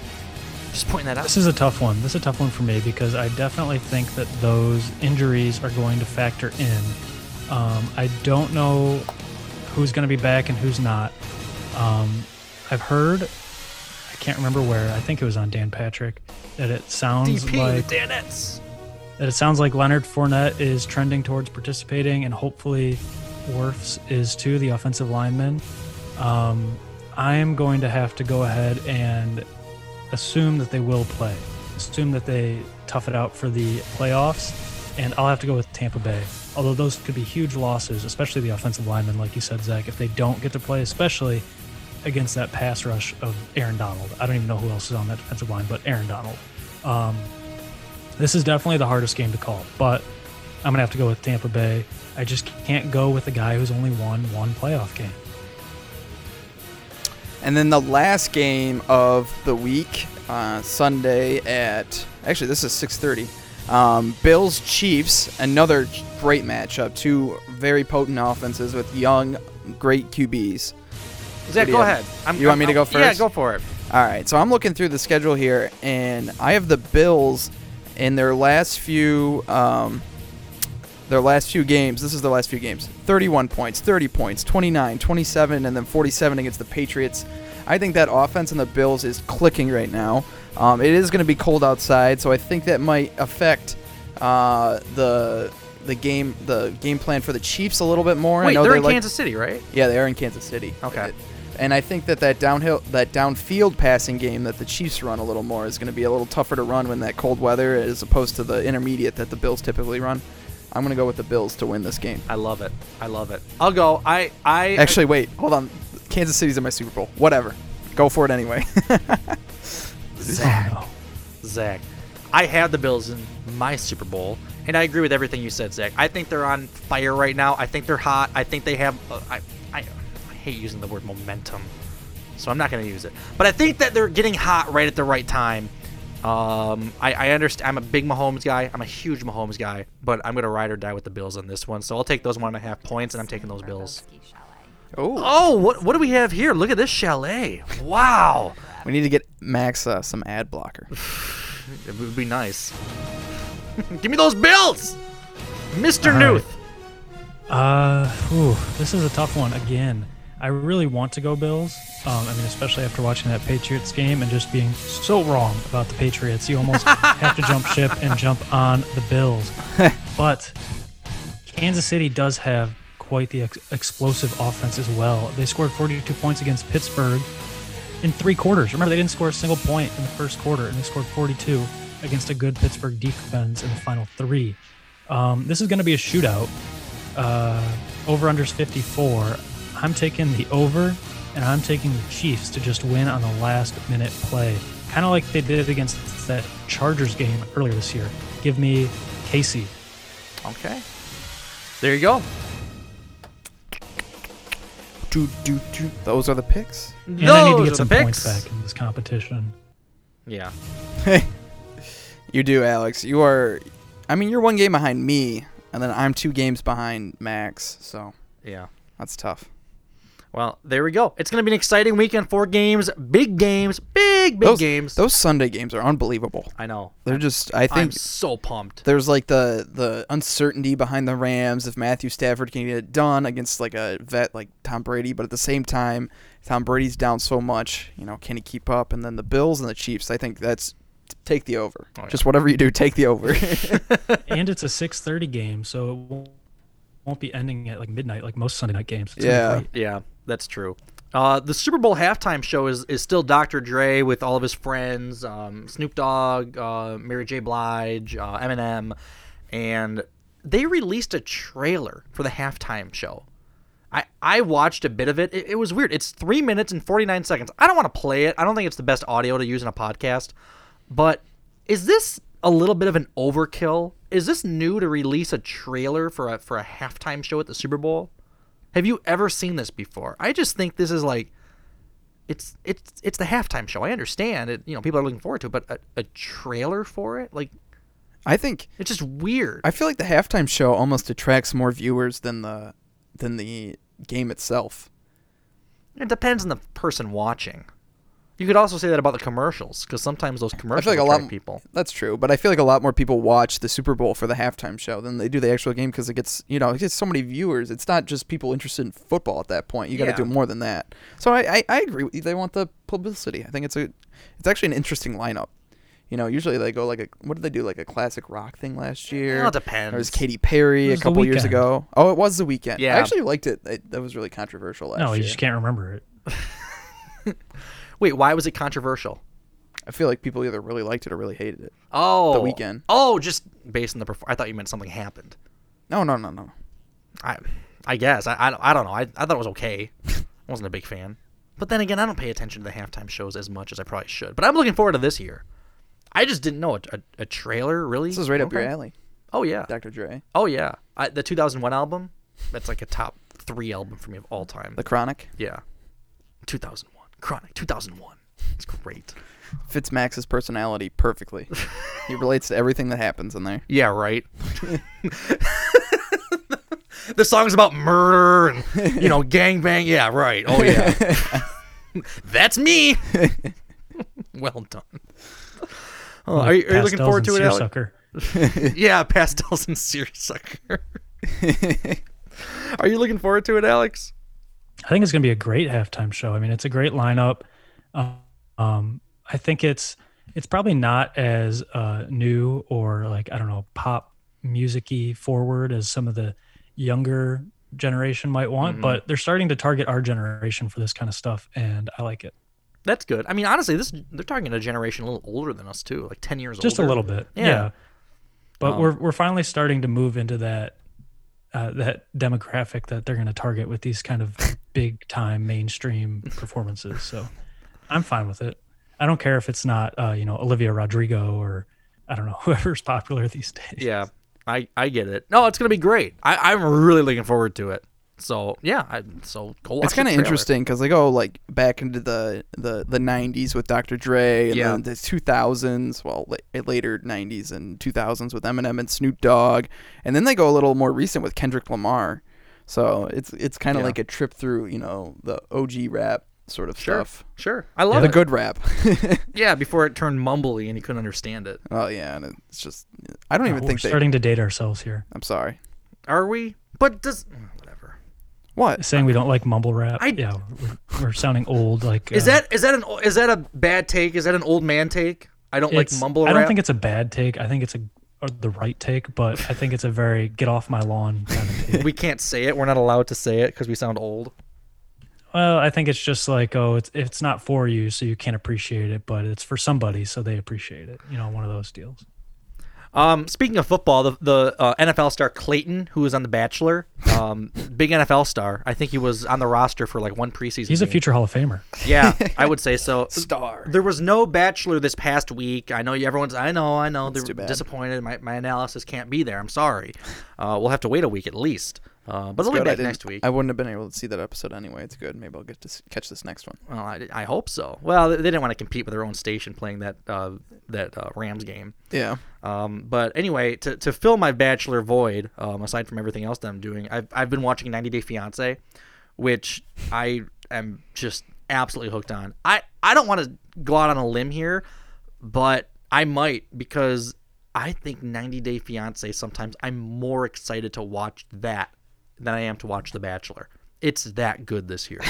Just pointing that out.
This is a tough one. This is a tough one for me because I definitely think that those injuries are going to factor in. Um, I don't know who's going to be back and who's not. Um, I've heard, I can't remember where. I think it was on Dan Patrick that it sounds
DP
like
the Danettes.
that it sounds like Leonard Fournette is trending towards participating, and hopefully, Worfs is too the offensive lineman. Um, I am going to have to go ahead and assume that they will play, assume that they tough it out for the playoffs, and I'll have to go with Tampa Bay. Although those could be huge losses, especially the offensive lineman, like you said, Zach, if they don't get to play, especially against that pass rush of Aaron Donald. I don't even know who else is on that defensive line, but Aaron Donald. Um, this is definitely the hardest game to call, but I'm gonna have to go with Tampa Bay. I just can't go with a guy who's only won one playoff game.
And then the last game of the week, uh, Sunday at actually this is 6:30. Um, Bills Chiefs, another great matchup. Two very potent offenses with young, great QBs.
Zach,
What do
go
you have?
ahead. I'm-
you want me to
I'm-
go
I'm-
first?
yeah, go for it.
All right, so I'm looking through the schedule here, and I have the Bills in their last few um, their last few games. This is their last few games: 31 points, 30 points, 29, 27, and then 47 against the Patriots. I think that offense in the Bills is clicking right now. Um, it is going to be cold outside, so I think that might affect uh, the the game the game plan for the Chiefs a little bit more. I
Wait,
know
they're
they're
in
like-
Kansas City, right?
Yeah, they are in Kansas City.
Okay.
And I think that that downhill, that downfield passing game that the Chiefs run a little more is going to be a little tougher to run when that cold weather, as opposed to the intermediate that the Bills typically run. I'm going to go with the Bills to win this game.
I love it. I love it. I'll go. I. I
Actually, wait, hold on. Kansas City's in my Super Bowl. Whatever. Go for it anyway. <laughs>
Zach. Zach. I have the Bills in my Super Bowl, and I agree with everything you said, Zach. I think they're on fire right now. I think they're hot. I think they have. Uh, I, I, I hate using the word momentum, so I'm not going to use it. But I think that they're getting hot right at the right time. Um, I, I understand. I'm a big Mahomes guy. I'm a huge Mahomes guy, but I'm going to ride or die with the Bills on this one. So I'll take those one and a half points, and I'm taking those Bills.
Oh.
Oh, what what do we have here? Look at this chalet. Wow.
we need to get Max uh, some ad blocker.
It would be nice. <laughs> Give me those bills, Mister
All
Newth.
Uh, whew, this is a tough one again. I really want to go Bills. Um, I mean, especially after watching that Patriots game and just being so wrong about the Patriots, you almost have to jump ship and jump on the Bills. But Kansas City does have quite the ex- explosive offense as well. They scored 42 points against Pittsburgh in three quarters. Remember, they didn't score a single point in the first quarter, and they scored 42. against a good Pittsburgh defense in the final three. Um, this is going to be a shootout. Uh, over unders 54. I'm taking the over, and I'm taking the Chiefs to just win on the last minute play, kind of like they did against that Chargers game earlier this year. Give me Casey.
Okay. There you go.
Do, do, do. Those are the picks.
And I need to
Those
get
are
some
the
points
picks.
back in this competition.
Yeah.
<laughs> You do, Alex. You are. I mean, you're one game behind me, and then I'm two games behind Max. So
Yeah.
that's tough.
Well, there we go. It's going to be an exciting weekend. Four games, big games, big, big
those
games.
Those Sunday games are unbelievable.
I know.
They're just. I
I'm
think
so pumped.
there's like the the uncertainty behind the Rams if Matthew Stafford can get it done against like a vet like Tom Brady, but at the same time, Tom Brady's down so much, you know, can he keep up? And then the Bills and the Chiefs, I think that's take the over.
Oh,
Just whatever you do, take the
<laughs>
over.
and it's a 6:30 game, so it won't, won't be ending at like midnight, like most Sunday night games. It's gonna be late.
Yeah, that's true. Uh, the Super Bowl halftime show is, is still Dr. Dre with all of his friends, um, Snoop Dogg, uh, Mary J. Blige, uh, Eminem, and they released a trailer for the halftime show. I, I watched a bit of it. it. It was weird. It's three minutes and 49 seconds. I don't want to play it. I don't think it's the best audio to use in a podcast. But is this a little bit of an overkill? Is this new to release a trailer for a, for a halftime show at the Super Bowl? Have you ever seen this before? I just think this is like it's it's it's the halftime show. I understand it. You know, people are looking forward to it, but a, a trailer for it, like
I think
it's just weird.
I feel like the halftime show almost attracts more viewers than the than the game itself.
It depends on the person watching. You could also say that about the commercials because sometimes those
I
commercials
feel like a lot
attract people.
That's true, but I feel like a lot more people watch the Super Bowl for the halftime show than they do the actual game because it gets you know it gets so many viewers. It's not just people interested in football at that point. You got to
Yeah.
do more than that. So I, I I agree with you. They want the publicity. I think it's a it's actually an interesting lineup. You know, usually they go like a what did they do like a classic rock thing last year?
Well, it depends.
There was Katy Perry
It
a
was The
couple years
Weeknd.
ago. Oh, it was the weekend.
Yeah.
I actually liked it. it that was really controversial last
No,
year.
you just can't remember it.
Wait, why was it controversial?
I feel like people either really liked it or really hated it.
Oh,
The Weeknd.
Oh, just based on the performance. I thought you meant something happened.
No, no, no, no.
I, I guess I, I, don't- I don't know. I, I thought it was okay. <laughs> I wasn't a big fan. But then again, I don't pay attention to the halftime shows as much as I probably should. But I'm looking forward to this year. I just didn't know a, a, a trailer really.
This is right up your
Okay.
alley.
Oh yeah,
Dr. Dre.
Oh yeah, I, the 2001 album. That's like a top three album for me of all time.
The Chronic.
yeah, 2001 Chronic 2001. It's great.
fits Max's personality
<laughs>
perfectly. he relates to everything that happens in there.
Yeah, right. the song's about murder and you know gangbang. Yeah, right. Oh yeah,
<laughs>
that's me. <laughs> well done. Oh,
Like
are you, are you looking
pastels
forward to
and
it,
seersucker.
Alec? yeah, pastels and seersucker. are you looking forward to it, Alex?
I think it's going to be a great halftime show. I mean, it's a great lineup. Um, Um, I think it's it's probably not as uh, new or like I don't know pop musicy forward as some of the younger generation might want,
Mhm.
but they're starting to target our generation for this kind of stuff, and I like it.
That's good. I mean, honestly, this they're talking a generation a little older than us too, like ten years
just
older.
a little bit yeah, but
Um,
we're we're finally starting to move into that uh, that demographic that they're going to target with these kind
<laughs>
of big time mainstream performances so i'm fine with it i don't care if it's not uh, you know olivia rodrigo or i don't know <laughs> whoever's popular these days
Yeah, I I get it. No, it's gonna be great. I, I'm really looking forward to it. So yeah, I, so go watch.
it's kind
the
of
trailer.
interesting because they go like back into the, the, the 90s with Dr. Dre and
Yeah.
then the 2000s, well, la- eh, later 90s and 2000s with Eminem and Snoop Dogg, and then they go a little more recent with Kendrick Lamar. So it's it's kind of
Yeah.
like a trip through you know the OG rap sort of
Sure,
stuff.
sure. I love
the
it.
good rap. <laughs>
Yeah, before it turned mumbly and you couldn't understand it.
oh yeah, and it's just I don't
No,
even
we're
think they.
starting to date ourselves here
I'm sorry.
Are we? But does mm, whatever.
What
saying we don't like mumble rap
I-
yeah we're, we're sounding old like
Is
uh,
that is that an is that a bad take? Is that an old man take? I don't like
uh, it's-
mumble
I
rap.
don't think it's a bad take. I think it's a or the right take, but I think it's a very get off my lawn kind of take.
we can't say it. We're not allowed to say it because we sound old.
Well, I think it's just like, oh, it's it's not for you, so you can't appreciate it, but it's for somebody, so they appreciate it. You know, one of those deals.
Um, speaking of football, the, the uh, NFL star Clayton, who was on The Bachelor, um, big NFL star. I think he was on the roster for like one preseason.
He's a
game.
future Hall of Famer.
<laughs>
Yeah, I would say so.
Star.
There was no Bachelor this past week. I know you- everyone's. I know. I know. They're disappointed. My, my analysis can't be there. I'm sorry. Uh, we'll have to wait a week at least. Uh, but
It's
we'll be
good I
back
didn't-
next week.
I wouldn't have been able to see that episode anyway. It's good. Maybe I'll get to s- catch this next one.
Well, I, I hope so. Well, they they didn't want to compete with their own station playing that uh, that uh, Rams game.
Yeah.
Um, but anyway, to, to fill my bachelor void, um, aside from everything else that I'm doing, I've, I've been watching 90 Day Fiance, which I am just absolutely hooked on. I, I don't want to go out on a limb here, but I might because I think 90 Day Fiance sometimes I'm more excited to watch that than I am to watch The Bachelor. It's that good this year.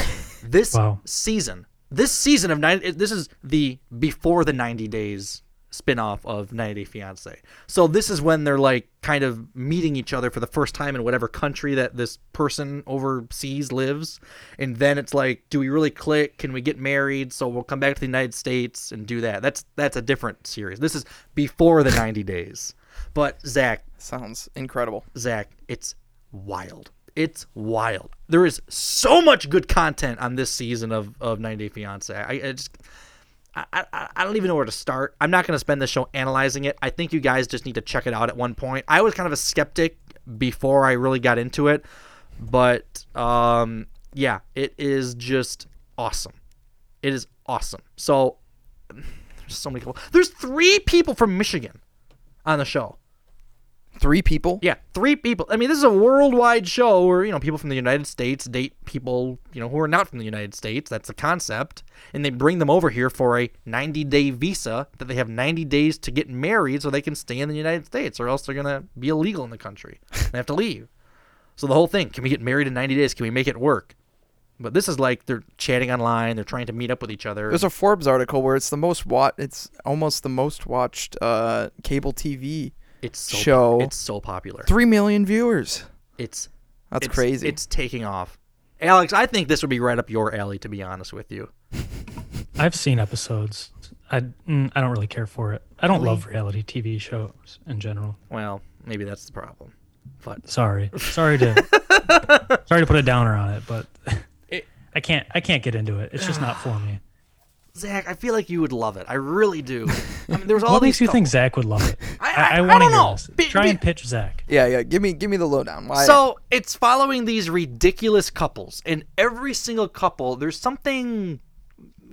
This
Wow.
season, this season of 90, this is the before the 90 days spin-off of 90 Day Fiance. So this is when they're like kind of meeting each other for the first time in whatever country that this person overseas lives. And then it's like, do we really click? Can we get married? So we'll come back to the United States and do that. That's that's a different series. This is before the 90 days. But Zach
sounds incredible.
Zach, it's wild. It's wild. There is so much good content on this season of of 90 Day Fiance. I, I just I, I, I don't even know where to start. I'm not going to spend the show analyzing it. I think you guys just need to check it out at one point. I was kind of a skeptic before I really got into it, but um, yeah, it is just awesome. It is awesome. So <sighs> there's so many people. There's three people from Michigan on the show.
Three people?
Yeah, three people. I mean, this is a worldwide show where, you know, people from the United States date people, you know, who are not from the United States. That's the concept. And they bring them over here for a 90 day visa that they have 90 days to get married so they can stay in the United States or else they're going to be illegal in the country. They have to leave. So the whole thing can we get married in 90 days? Can we make it work? But this is like they're chatting online, they're trying to meet up with each other.
There's a Forbes article where it's the most wat. It's almost the most watched uh, cable TV
It's so pop-
show.
it's so popular.
Three million viewers.
It's
That's
it's-
crazy.
It's taking off. Alex, I think this would be right up your alley, to be honest with you.
I've seen episodes. I mm, I don't really care for it. I don't
Really?
love reality TV shows in general.
Well, maybe that's the problem. But
Sorry, sorry
<laughs>
to sorry to put a downer on it, but I can't I can't get into it. It's just not for me.
Zach, I feel like you would love it. I really <laughs> do. I mean, there was all
What
these
makes you think
couples.
Zach would love it?
I-
I,
I
want to hear
don't know.
this.
Be-
Try
be-
and pitch
<laughs>
Zach. <laughs>
Yeah, yeah. Give me, give me the lowdown. Why?
So it's following these ridiculous couples, and every single couple, there's something,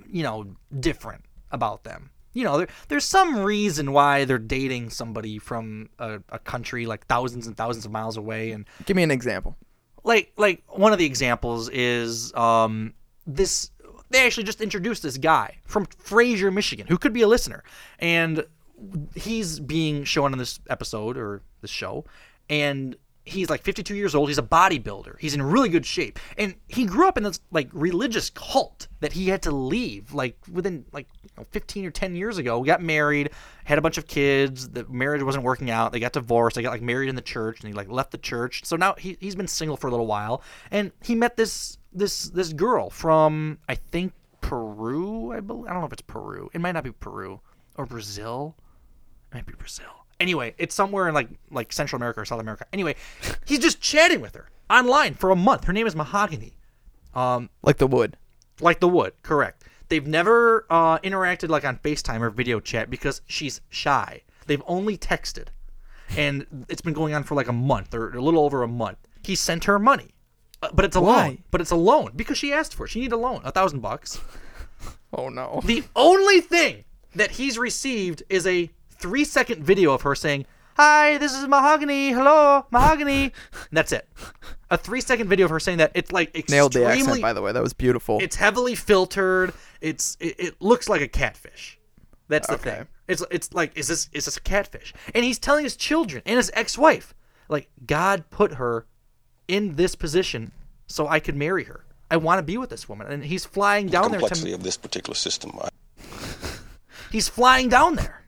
you know, different about them. You know, there, there's some reason why they're dating somebody from a, a country like thousands and thousands of miles away, and
give me an example.
like like one of the examples is um this they actually just introduced this guy from Fraser, Michigan, who could be a listener, and he's being shown in this episode or this show, and he's like 52 years old. He's a bodybuilder. He's in really good shape, and he grew up in this like religious cult that he had to leave like within like you know, 15 or 10 years ago. We got married, had a bunch of kids. The marriage wasn't working out. They got divorced. They got like married in the church, and he like left the church. So now he he's been single for a little while, and he met this this this girl from I think Peru. I believe I don't know if it's Peru. It might not be Peru or Brazil. It might be Brazil. Anyway, it's somewhere in like like Central America or South America. Anyway, he's just chatting with her online for a month. Her name is Mahogany. Um,
Like the wood.
like the wood, correct. They've never uh, interacted like on FaceTime or video chat because she's shy. They've only texted. And it's been going on for like a month or a little over a month. He sent her money. Uh, But it's a
Why?
loan. But it's a loan because she asked for it. She needed a loan, a thousand bucks.
Oh no.
The only thing that he's received is a three second video of her saying, Hi, this is Mahogany. Hello, Mahogany. And that's it. A three second video of her saying that. It's like extremely.
Nailed the accent, by the way. That was beautiful.
It's heavily filtered. It's it, it looks like a catfish. That's the thing. It's it's like is this is this a catfish? And he's telling his children and his ex-wife, like God put her in this position so I could marry her. I want to be with this woman. And he's flying down there to
complexity of this particular system. I-
He's flying down there.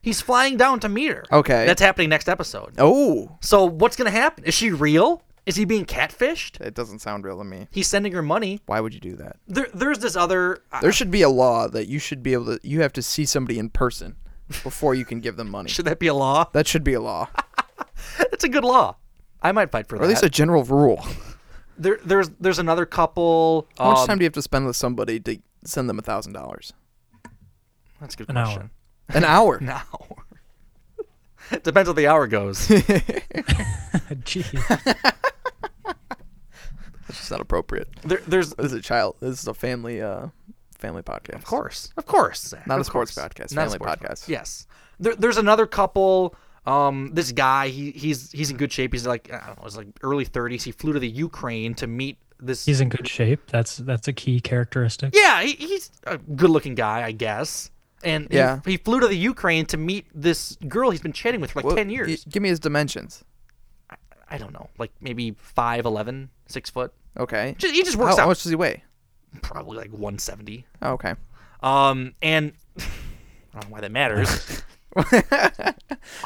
He's flying down to meet her.
Okay.
That's happening next episode.
Oh.
So what's gonna happen? Is she real? Is he being catfished?
It doesn't sound real to me.
He's sending her money.
Why would you do that?
There, there's this other. uh,
There should be a law that you should be able to. You have to see somebody in person before you can give them money.
should that be a law? <laughs>
That should be a law,
That's a good law. I might fight for
or
that.
at least a general rule.
there, there's there's another couple.
How much
um,
time do you have to spend with somebody to send them a thousand dollars?
That's a good
An hour.
question.
An
<laughs>
hour.
An hour. Depends how the hour <laughs>
<laughs>
goes.
Jeez.
It's just not appropriate.
There, there's,
This is a child. This is a family, uh, family podcast.
of course, of course, Zach,
Not a
of
sports
course.
podcast,
Not a
family
sports
podcast.
pod- Yes, there, there's another couple. Um, this guy, he he's he's in good shape. He's like I don't know, it's like early 30s. He flew to the Ukraine to meet this.
He's in good shape. That's that's a key characteristic.
Yeah, he, he's a good-looking guy, I guess. And he-
Yeah.
he, flew to the Ukraine to meet this girl he's been chatting with for like
Well,
10 years.
y- give me his dimensions.
I don't know, like maybe 5'11", 6 foot.
Okay.
Just- he just works
How,
out.
How much does he weigh?
probably like 170.
Oh, okay.
Um, and <laughs> I don't know why that matters.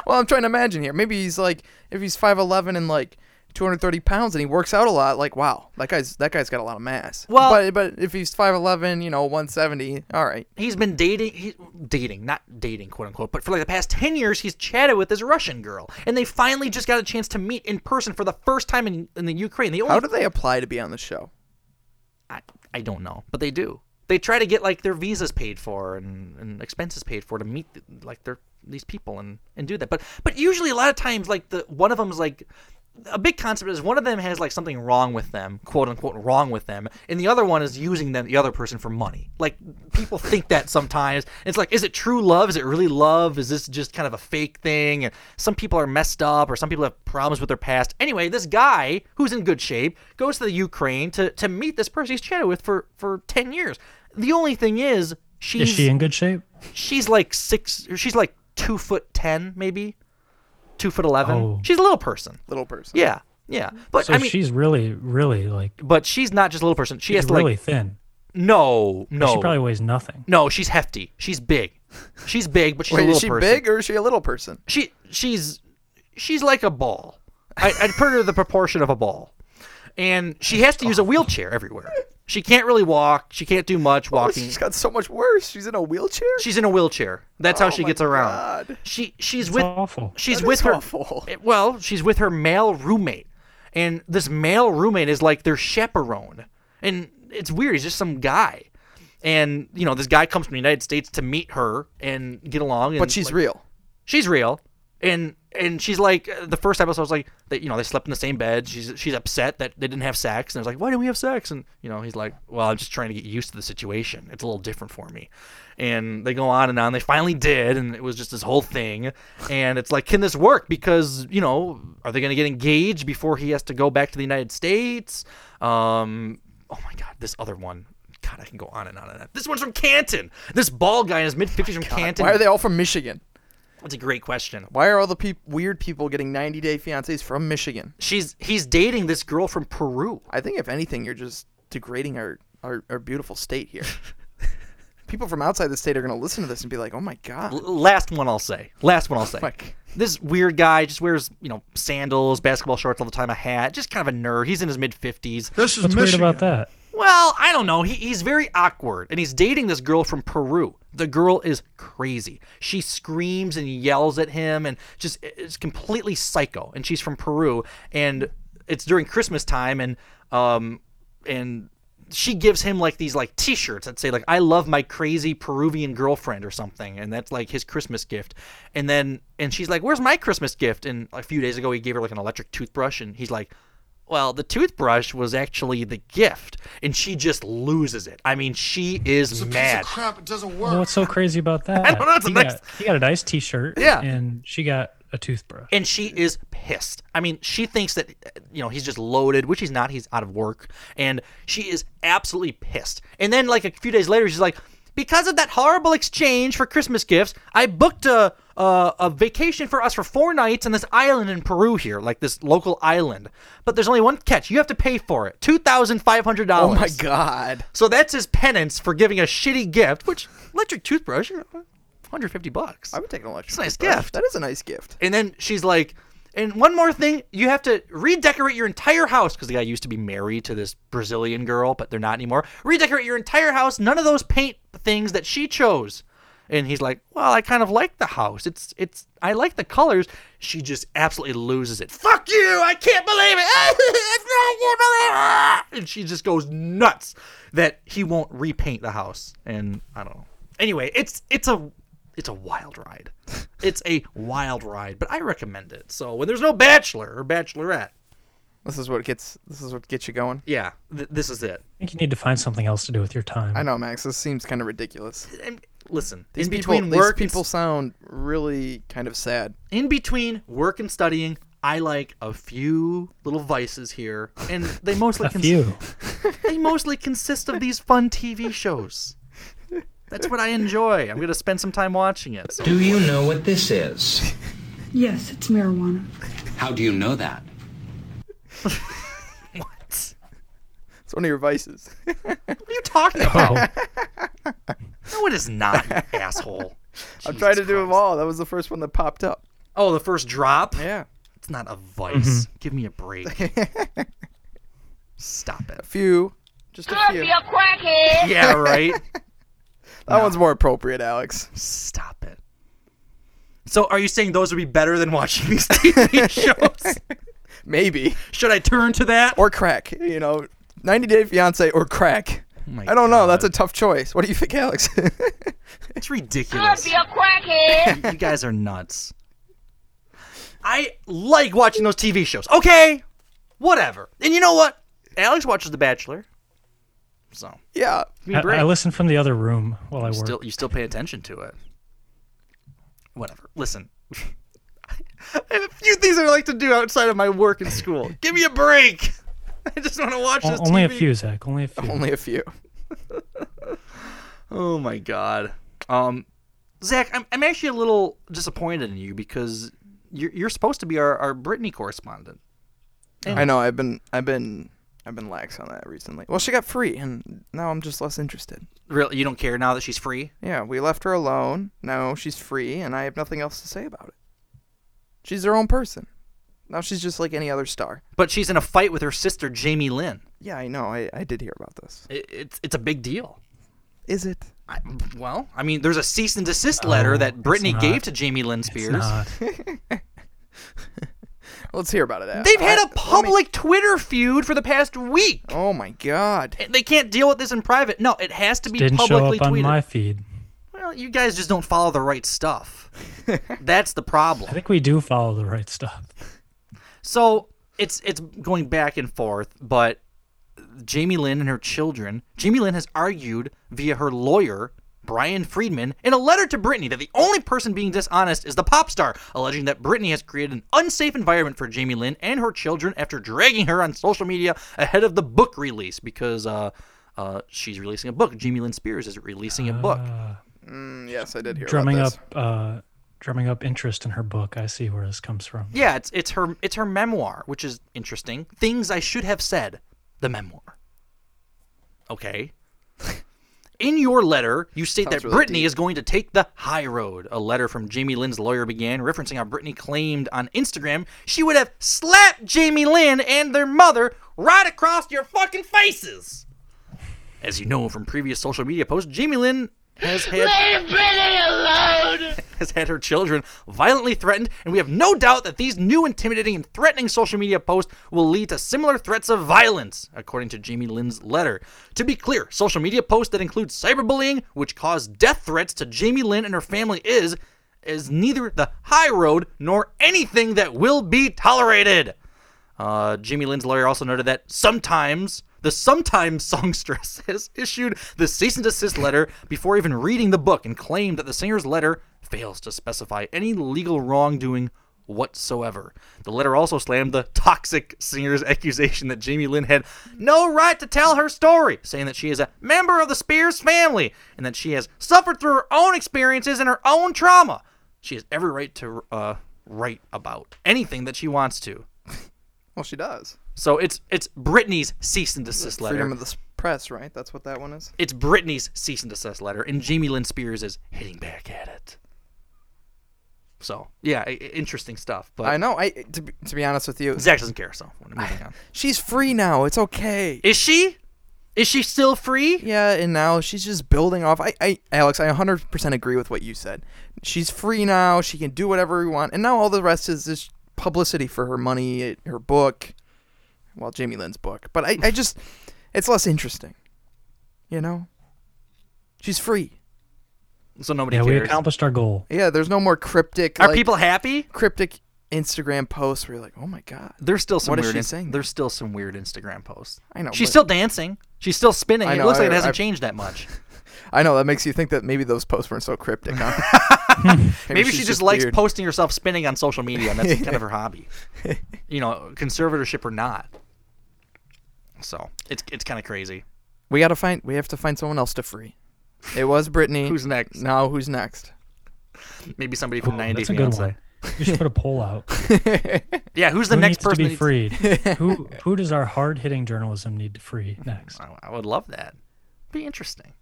Well, I'm trying to imagine here. Maybe he's like, if he's 5'11 and like 230 pounds and he works out a lot, like, wow, that guy's that guy's got a lot of mass.
Well-
but but if he's 5'11, you know, 170, all right.
he's been dating, he, dating, not dating, quote unquote, but for like the past 10 years, he's chatted with this Russian girl. And they finally just got a chance to meet in person for the first time in, in the Ukraine. They only,
How do they apply to be on the show?
I, I don't know, but they do. They try to get like their visas paid for and, and expenses paid for to meet like their these people and, and do that. But but usually a lot of times like the one of them is like a big concept is one of them has like something wrong with them, quote unquote wrong with them, and the other one is using them the other person for money. Like people think that sometimes. It's like is it true love? Is it really love? Is this just kind of a fake thing? And some people are messed up or some people have problems with their past. Anyway, this guy who's in good shape goes to the Ukraine to to meet this person he's chatted with for for 10 years. The only thing is she's
Is she in good shape?
she's like 6 or she's like 2 foot 10 maybe. 2 foot 11.
Oh.
She's a little person.
Little person.
Yeah, yeah. But
so
I mean,
she's really, really like
but she's not just a little person. She
she's
has to
really
like oh.
thin.
no, no,
She probably weighs nothing.
no. She's hefty. She's big. She's big, but she's a
Wait,
little
is she
person.
big or is she a little person?
She she's she's like a ball. I, I'd put her the proportion of a ball, and she has to use a wheelchair everywhere. She can't really walk. She can't do much
Oh,
walking.
she's got so much worse. She's in a wheelchair?
She's in a wheelchair. That's how
Oh
she
my
gets around.
God.
She she's with
awful.
she's
That
with
is
her
awful.
it- well, she's with her male roommate, and this male roommate is like their chaperone, and it's weird. He's just some guy, and you know this guy comes from the United States to meet her and get along. And,
But she's
like,
real.
She's real, and and she's like the first episode was like that. You know they slept in the same bed. She's she's upset that they didn't have sex, and it's like why didn't we have sex? And you know he's like, well, I'm just trying to get used to the situation. It's a little different for me. And they go on and on. They finally did, and it was just this whole thing. And it's like, can this work? Because you know, are they going to get engaged before he has to go back to the United States? Um, oh my God, this other one. God, I can go on and on and on. This one's from Canton. This bald guy in his mid fifties from Canton.
Oh Why are they all from Michigan?
That's a great question.
Why are all the peop weird people getting 90 day fiancés from Michigan?
she's he's dating this girl from Peru.
I think if anything, you're just degrading our, our, our beautiful state
<laughs>
here. People from outside the state are going to listen to this and be like, "Oh my god!"
L- last one I'll say. Last one I'll say.
my g-
this weird guy just wears you know sandals, basketball shorts all the time, a hat, just kind of a nerd. He's in his mid fifties.
This is
What's
Michigan.
weird about that?
Well, I don't know. He, he's very awkward, and he's dating this girl from Peru. The girl is crazy. She screams and yells at him, and just is completely psycho. And she's from Peru, and it's during Christmas time, and um, and she gives him like these like T-shirts that say like "I love my crazy Peruvian girlfriend" or something, and that's like his Christmas gift. And then and she's like, "Where's my Christmas gift?" And a few days ago, he gave her like an electric toothbrush, and he's like. Well, the toothbrush was actually the gift, and she just loses it. I mean, she is mad.
crap. It doesn't work.
Well, what's so crazy about that?
<laughs> I don't know, it's
he,
the
got,
next-
he got a nice T-shirt.
Yeah.
and she got a toothbrush.
And she is pissed. I mean, she thinks that you know he's just loaded, which he's not. He's out of work, and she is absolutely pissed. And then, like a few days later, she's like, "Because of that horrible exchange for Christmas gifts, I booked a a, a vacation for us for four nights on this island in Peru here, like this local island. But there's only one catch: you have to pay for it, two thousand five hundred
Oh
dollars.
my god!
So that's his penance for giving a shitty gift, which electric toothbrush, you know, 150 bucks.
I would take an electric.
It's a nice
toothbrush.
gift.
That is a nice gift.
And then she's like, And one more thing, you have to redecorate your entire house because the guy used to be married to this Brazilian girl, but they're not anymore. Redecorate your entire house. None of those paint things that she chose. And he's like, "Well, I kind of like the house. It's it's I like the colors." She just absolutely loses it. Fuck you! I can't believe it. <laughs> I can't believe it. And she just goes nuts that he won't repaint the house. And I don't know. Anyway, it's it's a it's a wild ride. <laughs> It's a wild ride, but I recommend it. So when there's no bachelor or bachelorette,
This is what gets. This is what gets you going.
yeah, th- this is it.
I think you need to find something else to do with your time.
I know, Max. This seems kind of ridiculous.
Listen,
These
in
people-
between work,
these
and
people sound really kind of sad.
in between work and studying, I like a few little vices here, and they
<laughs>
mostly
A
<laughs>
few.
they mostly consist of these fun TV shows. That's what I enjoy. I'm gonna spend some time watching it. So.
Do you know what this is?
Yes, it's marijuana.
How do you know that?
What?
It's one of your
<laughs>
vices. <laughs>
what are you talking
Oh,
about? no, it is not, you asshole.
I'm trying to do them all. That was the first one that popped up.
Oh, the first drop?
Yeah.
It's not a vice. Give me a break. Stop it. A
few. Just a
Off
few.
your crackhead.
<laughs> Yeah, right.
That one's more appropriate, Alex.
Stop it. So, are you saying those would be better than watching these <laughs> TV shows?
Maybe.
Should I turn to that
or crack? You know, 90 Day Fiance or crack.
Oh My
I don't know. That's a tough choice. What do you think, Alex? <laughs>
it's ridiculous.
Off your crackhead.
you guys are nuts. I like watching those TV shows. Okay, whatever. And you know what? Alex watches The Bachelor. So
yeah,
I, I listen from the other room while I
You
work.
still you still pay attention to it. Whatever. Listen. <laughs> I have a few things I like to do outside of my work and
<laughs>
school. Give me a break. <laughs> I just want to watch
O-
this
only a
TV.
few, Zach. Only a few.
Only a few.
Oh my god. Um, Zach, I'm, I'm actually a little disappointed in you because you're, you're supposed to be our, our Brittany correspondent.
I know. I've been, I've been, I've been lax on that recently. Well, she got free, and now I'm just less interested.
Really, you don't care now that she's free?
Yeah, we left her alone. Now she's free, and I have nothing else to say about it. She's her own person. Now she's just like any other star.
But she's in a fight with her sister Jamie Lynn.
Yeah, I know. I, I did hear about this.
It, it's it's a big deal.
Is it?
I, well, I mean, there's a cease and desist
Oh,
letter
No,
that
it's
Brittany
not.
gave to Jamie Lynn Spears. <laughs>
not.
Let's hear about it. Al.
They've had
I-
a public Twitter feud for the past week.
Oh my god.
They can't deal with this in private. No, it has to be
Didn't show
publicly
up on
tweeted.
my feed.
Well, you guys just don't follow the right
<laughs>
stuff. That's the
I
problem.
think we do follow the right stuff.
So it's it's going back and forth, but Jamie Lynn and her children. Jamie Lynn has argued via her lawyer, Brian Friedman, in a letter to Britney that the only person being dishonest is the pop star, alleging that Britney has created an unsafe environment for Jamie Lynn and her children after dragging her on social media ahead of the book release because uh, uh, she's releasing a book. Jamie Lynn Spears is releasing a book.
Mm, yes, I did hear
drumming
about
up
this.
uh drumming up interest in her book i see where this comes from
Yeah, it's it's her it's her memoir, which is interesting. Things I should have said. The memoir.
<laughs>
Okay. In your letter, you state
Sounds
that
really
Britney is going to take the high road. A letter from Jamie Lynn's lawyer began referencing how Britney claimed on Instagram she would have slapped Jamie Lynn and their mother right across your fucking faces. As you know from previous social media posts, Jamie Lynn has had
Leave Brittany alone!
<laughs> has had her children violently threatened, and we have no doubt that these new intimidating and threatening social media posts will lead to similar threats of violence, according to Jamie Lynn's letter. To be clear, social media posts that include cyberbullying, which cause death threats to Jamie Lynn and her family, is is neither the high road nor anything that will be tolerated. Uh, Jimmy Lynn's lawyer also noted that sometimes the sometimes <laughs> songstress has issued the cease and desist letter before even reading the book and claimed that the singer's letter fails to specify any legal wrongdoing whatsoever. The letter also slammed the toxic singer's accusation that Jamie Lynn had no right to tell her story, saying that she is a member of the Spears family and that she has suffered through her own experiences and her own trauma. She has every right to uh, write about anything that she wants to.
Well, she does.
So it's it's Britney's cease and desist letter.
Freedom of the s- press, right? That's what that one is.
it's Britney's cease and desist letter, and Jamie Lynn Spears is hitting back at it. So yeah, i- i- interesting stuff. But
I know. I to be, to be honest with you,
Zach doesn't care. So we're moving on.
she's free now. It's okay.
Is she? Is she still free?
Yeah, and now she's just building off. I, I Alex, I 100% agree with what you said. She's free now. She can do whatever we want. And now all the rest is just publicity for her money, her book. Well, Jamie Lynn's book. But I, I just, it's less interesting. You know? She's free.
So nobody
Yeah, we
cares.
accomplished our goal.
Yeah, there's no more cryptic.
Are
like,
people happy?
Cryptic Instagram posts where you're like, oh my God.
There's still some
What is
weird.
she
in-
saying?
There's still some weird Instagram posts.
I know,
She's
but-
still dancing. She's still spinning.
I
it
know,
looks like
I-
it hasn't
I've-
changed that much.
I know, that makes you think that maybe those posts weren't so cryptic,
<laughs>
huh? <laughs>
Maybe, she
she's
just, likes
weird.
posting herself spinning on social media, and that's kind of her hobby. You know, conservatorship or not. So it's it's kind of crazy.
We gotta find. We have to find someone else to free. It was Brittany.
Who's next?
Now who's
<laughs>
next?
Maybe somebody from 90
That's a good one.
Fiance. <laughs>
You should put a poll out.
Yeah, who's the
Who
next
needs
person
to
that
be
needs- <laughs>
freed? who who does our hard hitting journalism need to free next?
Oh, I, I would love that. Be interesting.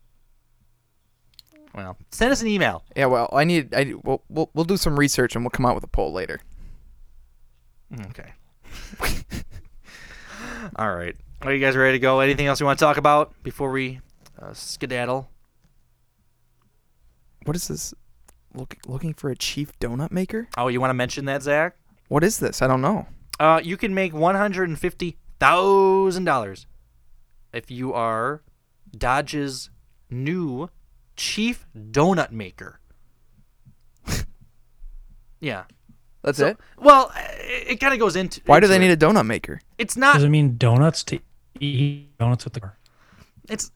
Well, send us an email.
Yeah. Well, I need. I we'll, we'll we'll do some research and we'll come out with a poll later.
Mm, Okay. <laughs> All right. Are you guys ready to go? Anything else you want to talk about before we uh, skedaddle?
What is this? Look, looking for a chief donut maker.
Oh, you want to mention that, Zach?
What is this? I don't know.
Uh, you can make one hundred and fifty thousand dollars if you are Dodge's new chief donut maker. <laughs> yeah.
That's it.
Well, it, it kind of goes into.
Why do they
into
need
it.
a donut maker?
It's
Does
not.
it mean donuts to eat donuts with the car?
It's.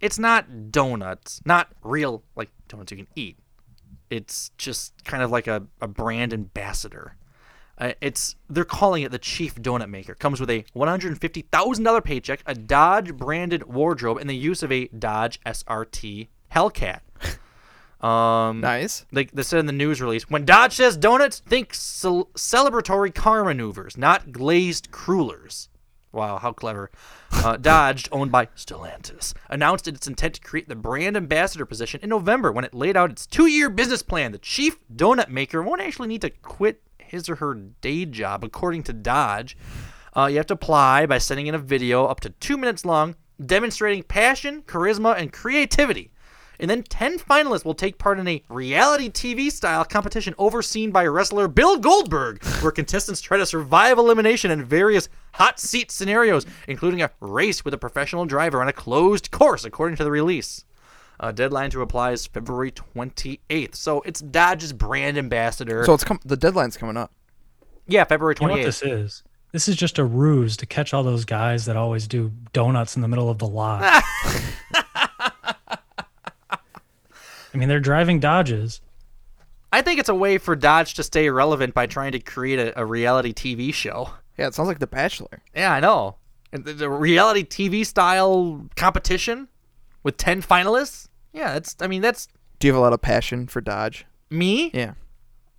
It's not donuts. Not real like donuts you can eat. It's just kind of like a, a brand ambassador. Uh, it's they're calling it the chief donut maker. Comes with a one hundred and fifty thousand dollar paycheck, a Dodge branded wardrobe, and the use of a Dodge SRT Hellcat. Um,
Nice.
Like they said in the news release, when Dodge says donuts, think cel- celebratory car maneuvers, not glazed crullers. Wow, how clever. Uh, <laughs> Dodge, owned by Stellantis, announced its intent to create the brand ambassador position in November when it laid out its two year business plan. The chief donut maker won't actually need to quit his or her day job, according to Dodge. Uh, you have to apply by sending in a video up to two minutes long demonstrating passion, charisma, and creativity. And then 10 finalists will take part in a reality TV style competition overseen by wrestler Bill Goldberg, where contestants try to survive elimination in various hot seat scenarios, including a race with a professional driver on a closed course, according to the release. Uh, deadline to apply is February 28th. So it's Dodge's brand ambassador.
So it's com- the deadline's coming up.
yeah, February 28th.
You know what this is? This is just a ruse to catch all those guys that always do donuts in the middle of the lot.
<laughs>
I mean, they're driving Dodges.
I think it's a way for Dodge to stay relevant by trying to create a, a reality TV show.
Yeah, it sounds like The Bachelor.
Yeah, I know. And The, the reality TV style competition with 10 finalists? Yeah, that's I mean that's
Do you have a lot of passion for Dodge?
me.
Yeah.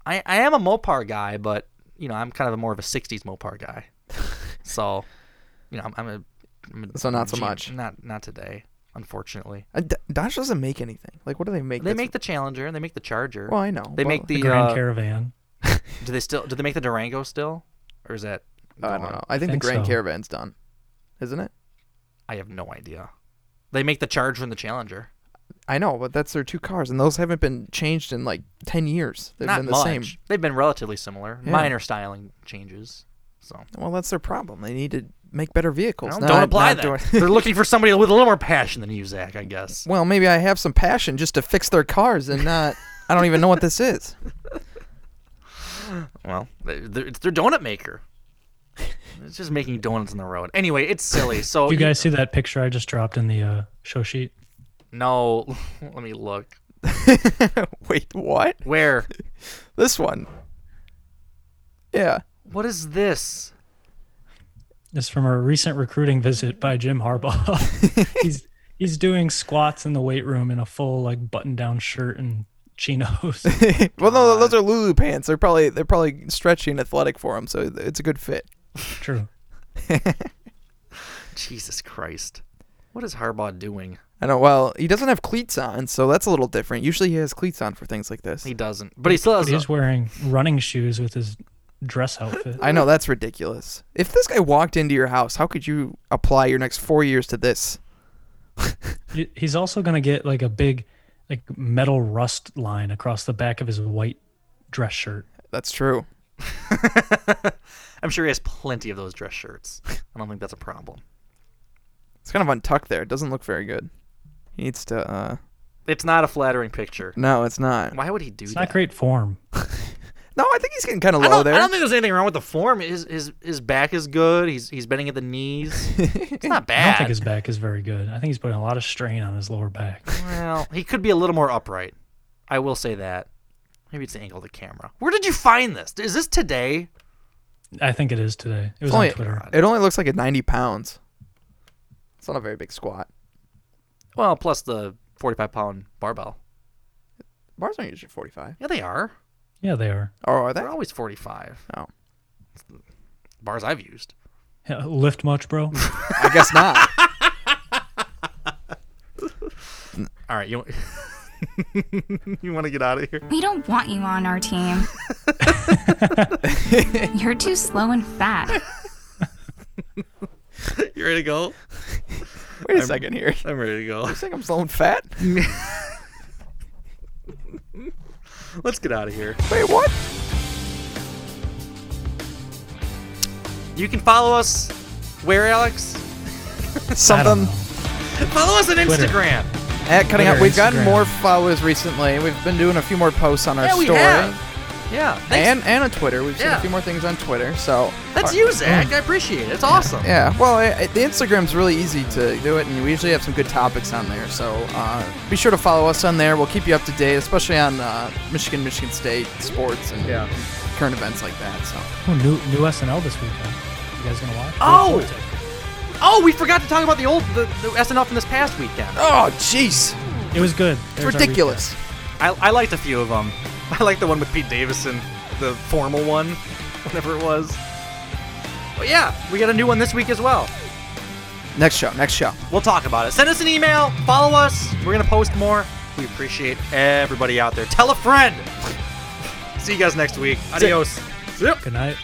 I, I am a Mopar guy, but you know, I'm kind of a more of a 60s Mopar
<laughs>
guy. so, you know, I'm, I'm a I'm a
So not so
G-
much.
Not not today, unfortunately.
Uh, D- Dodge doesn't make anything. Like, what do they make?
They
that's-
make the Challenger and they make the Charger.
Well, I know,
They
but-
make the,
The Grand
uh,
Caravan.
Do they still do they make the Durango still? Or is that
I don't
gone?
know. I think,
think
the Grand
so.
Caravan's done, isn't it?
I have no idea. They make the Charger and the Challenger.
I know, but that's their two cars, and those haven't been changed in like ten years. They've
Not
been the
much.
same.
They've been relatively similar.
Yeah.
Minor styling changes. So
Well, that's their problem. They need to make better vehicles.
Well,
not-
don't apply
not
that.
doing-
They're looking for somebody with a little more passion than you, Zach.
<laughs>
I guess.
well, maybe I have some passion just to fix their cars and not. I don't even know what this is. <laughs>
Well, they- they're, it's their donut maker. It's just making donuts on the road. Anyway,
<laughs>
it's silly. So
Do you guys see that picture I just dropped in the uh, show sheet?
No, <laughs> let me look.
Wait, what?
Where?
This one? Yeah.
What is this?
It's from a recent recruiting visit by Jim Harbaugh. he's he's doing squats in the weight room in a full like button down shirt and chinos.
Well, no, those are Lulu pants. They're probably they're probably stretchy and athletic for them, so it's a good fit.
True.
Jesus Christ. What is Harbaugh doing?
I know. Well, he doesn't have cleats on, so that's a little different. Usually, he has cleats on for things like this.
He doesn't, but he still has.
He's wearing running shoes with his dress outfit.
I know that's ridiculous. If this guy walked into your house, how could you apply your next four years to this?
He's also gonna get like a big, like metal rust line across the back of his white dress shirt.
That's true.
I'm sure he has plenty of those dress shirts. I don't think that's a problem.
It's kind of untucked there. It doesn't look very good. He needs to. uh
It's not a flattering picture.
No, it's not.
Why would he do
It's
that?
not great form.
No, I think he's getting kind of
I
low
don't,
there.
I don't think there's anything wrong with the form. His his his back is good. He's he's bending at the <laughs> knees. it's not
I don't think
bad.
his back is very good. I think he's putting a lot of strain on his lower back.
Well, he could be a little more upright. I will say that. Maybe it's the angle of the camera. Where did you find this? Is this today?
I think it is today. It was
It's only-
on Twitter.
It only looks like at 90 pounds. It's not a very big squat.
Well, plus the 45 pound barbell.
Bars aren't usually 45.
Yeah, they are.
Yeah, they are.
Oh, are they?
They're always 45.
Oh.
It's the bars I've used.
Yeah, lift much, bro?
I guess
<laughs>
not.
All right, you you want <laughs> to get out of here?
We don't want you on
<laughs>
our team. You're too slow and fat.
You ready to go?
Wait a second here. <laughs>
I'm ready to go.
You think I'm slow and fat? Wait,
Let's get out of here.
what?
You can follow us where, Alex?
Something
Follow us on
Twitter.
Instagram.
at cutting
Twitter,
out. We've gotten
Instagram.
more followers recently. We've been doing a few more posts on our
Yeah, we
story
have. Yeah. Thanks.
and and on Twitter. We've seen
Yeah.
a few more things on Twitter. So
That's you, Zach. I appreciate it. It's awesome.
Yeah, well, i i the Instagram's really easy to do it, and we usually have some good topics on there. So uh, be sure to follow us on there. We'll keep you up to date, especially on uh, Michigan, Michigan State sports and
Yeah.
current events like that. So
Oh, new new SNL this weekend. You guys gonna watch?
Oh!
Look forward
Oh, we forgot to talk about the old the, the SNL from this past weekend.
oh, jeez,
to it. It was good.
it's
There's our
ridiculous.
I, I liked a few of them. I liked the one with Pete Davison, the formal one, <laughs> whatever it was. But yeah, we got a new one this week as well.
Next show, next show.
We'll talk about it. Send us an email. Follow us. We're gonna post more. We appreciate <laughs> everybody out there. Tell a friend. See you guys next week. Adios.
recap. Good night.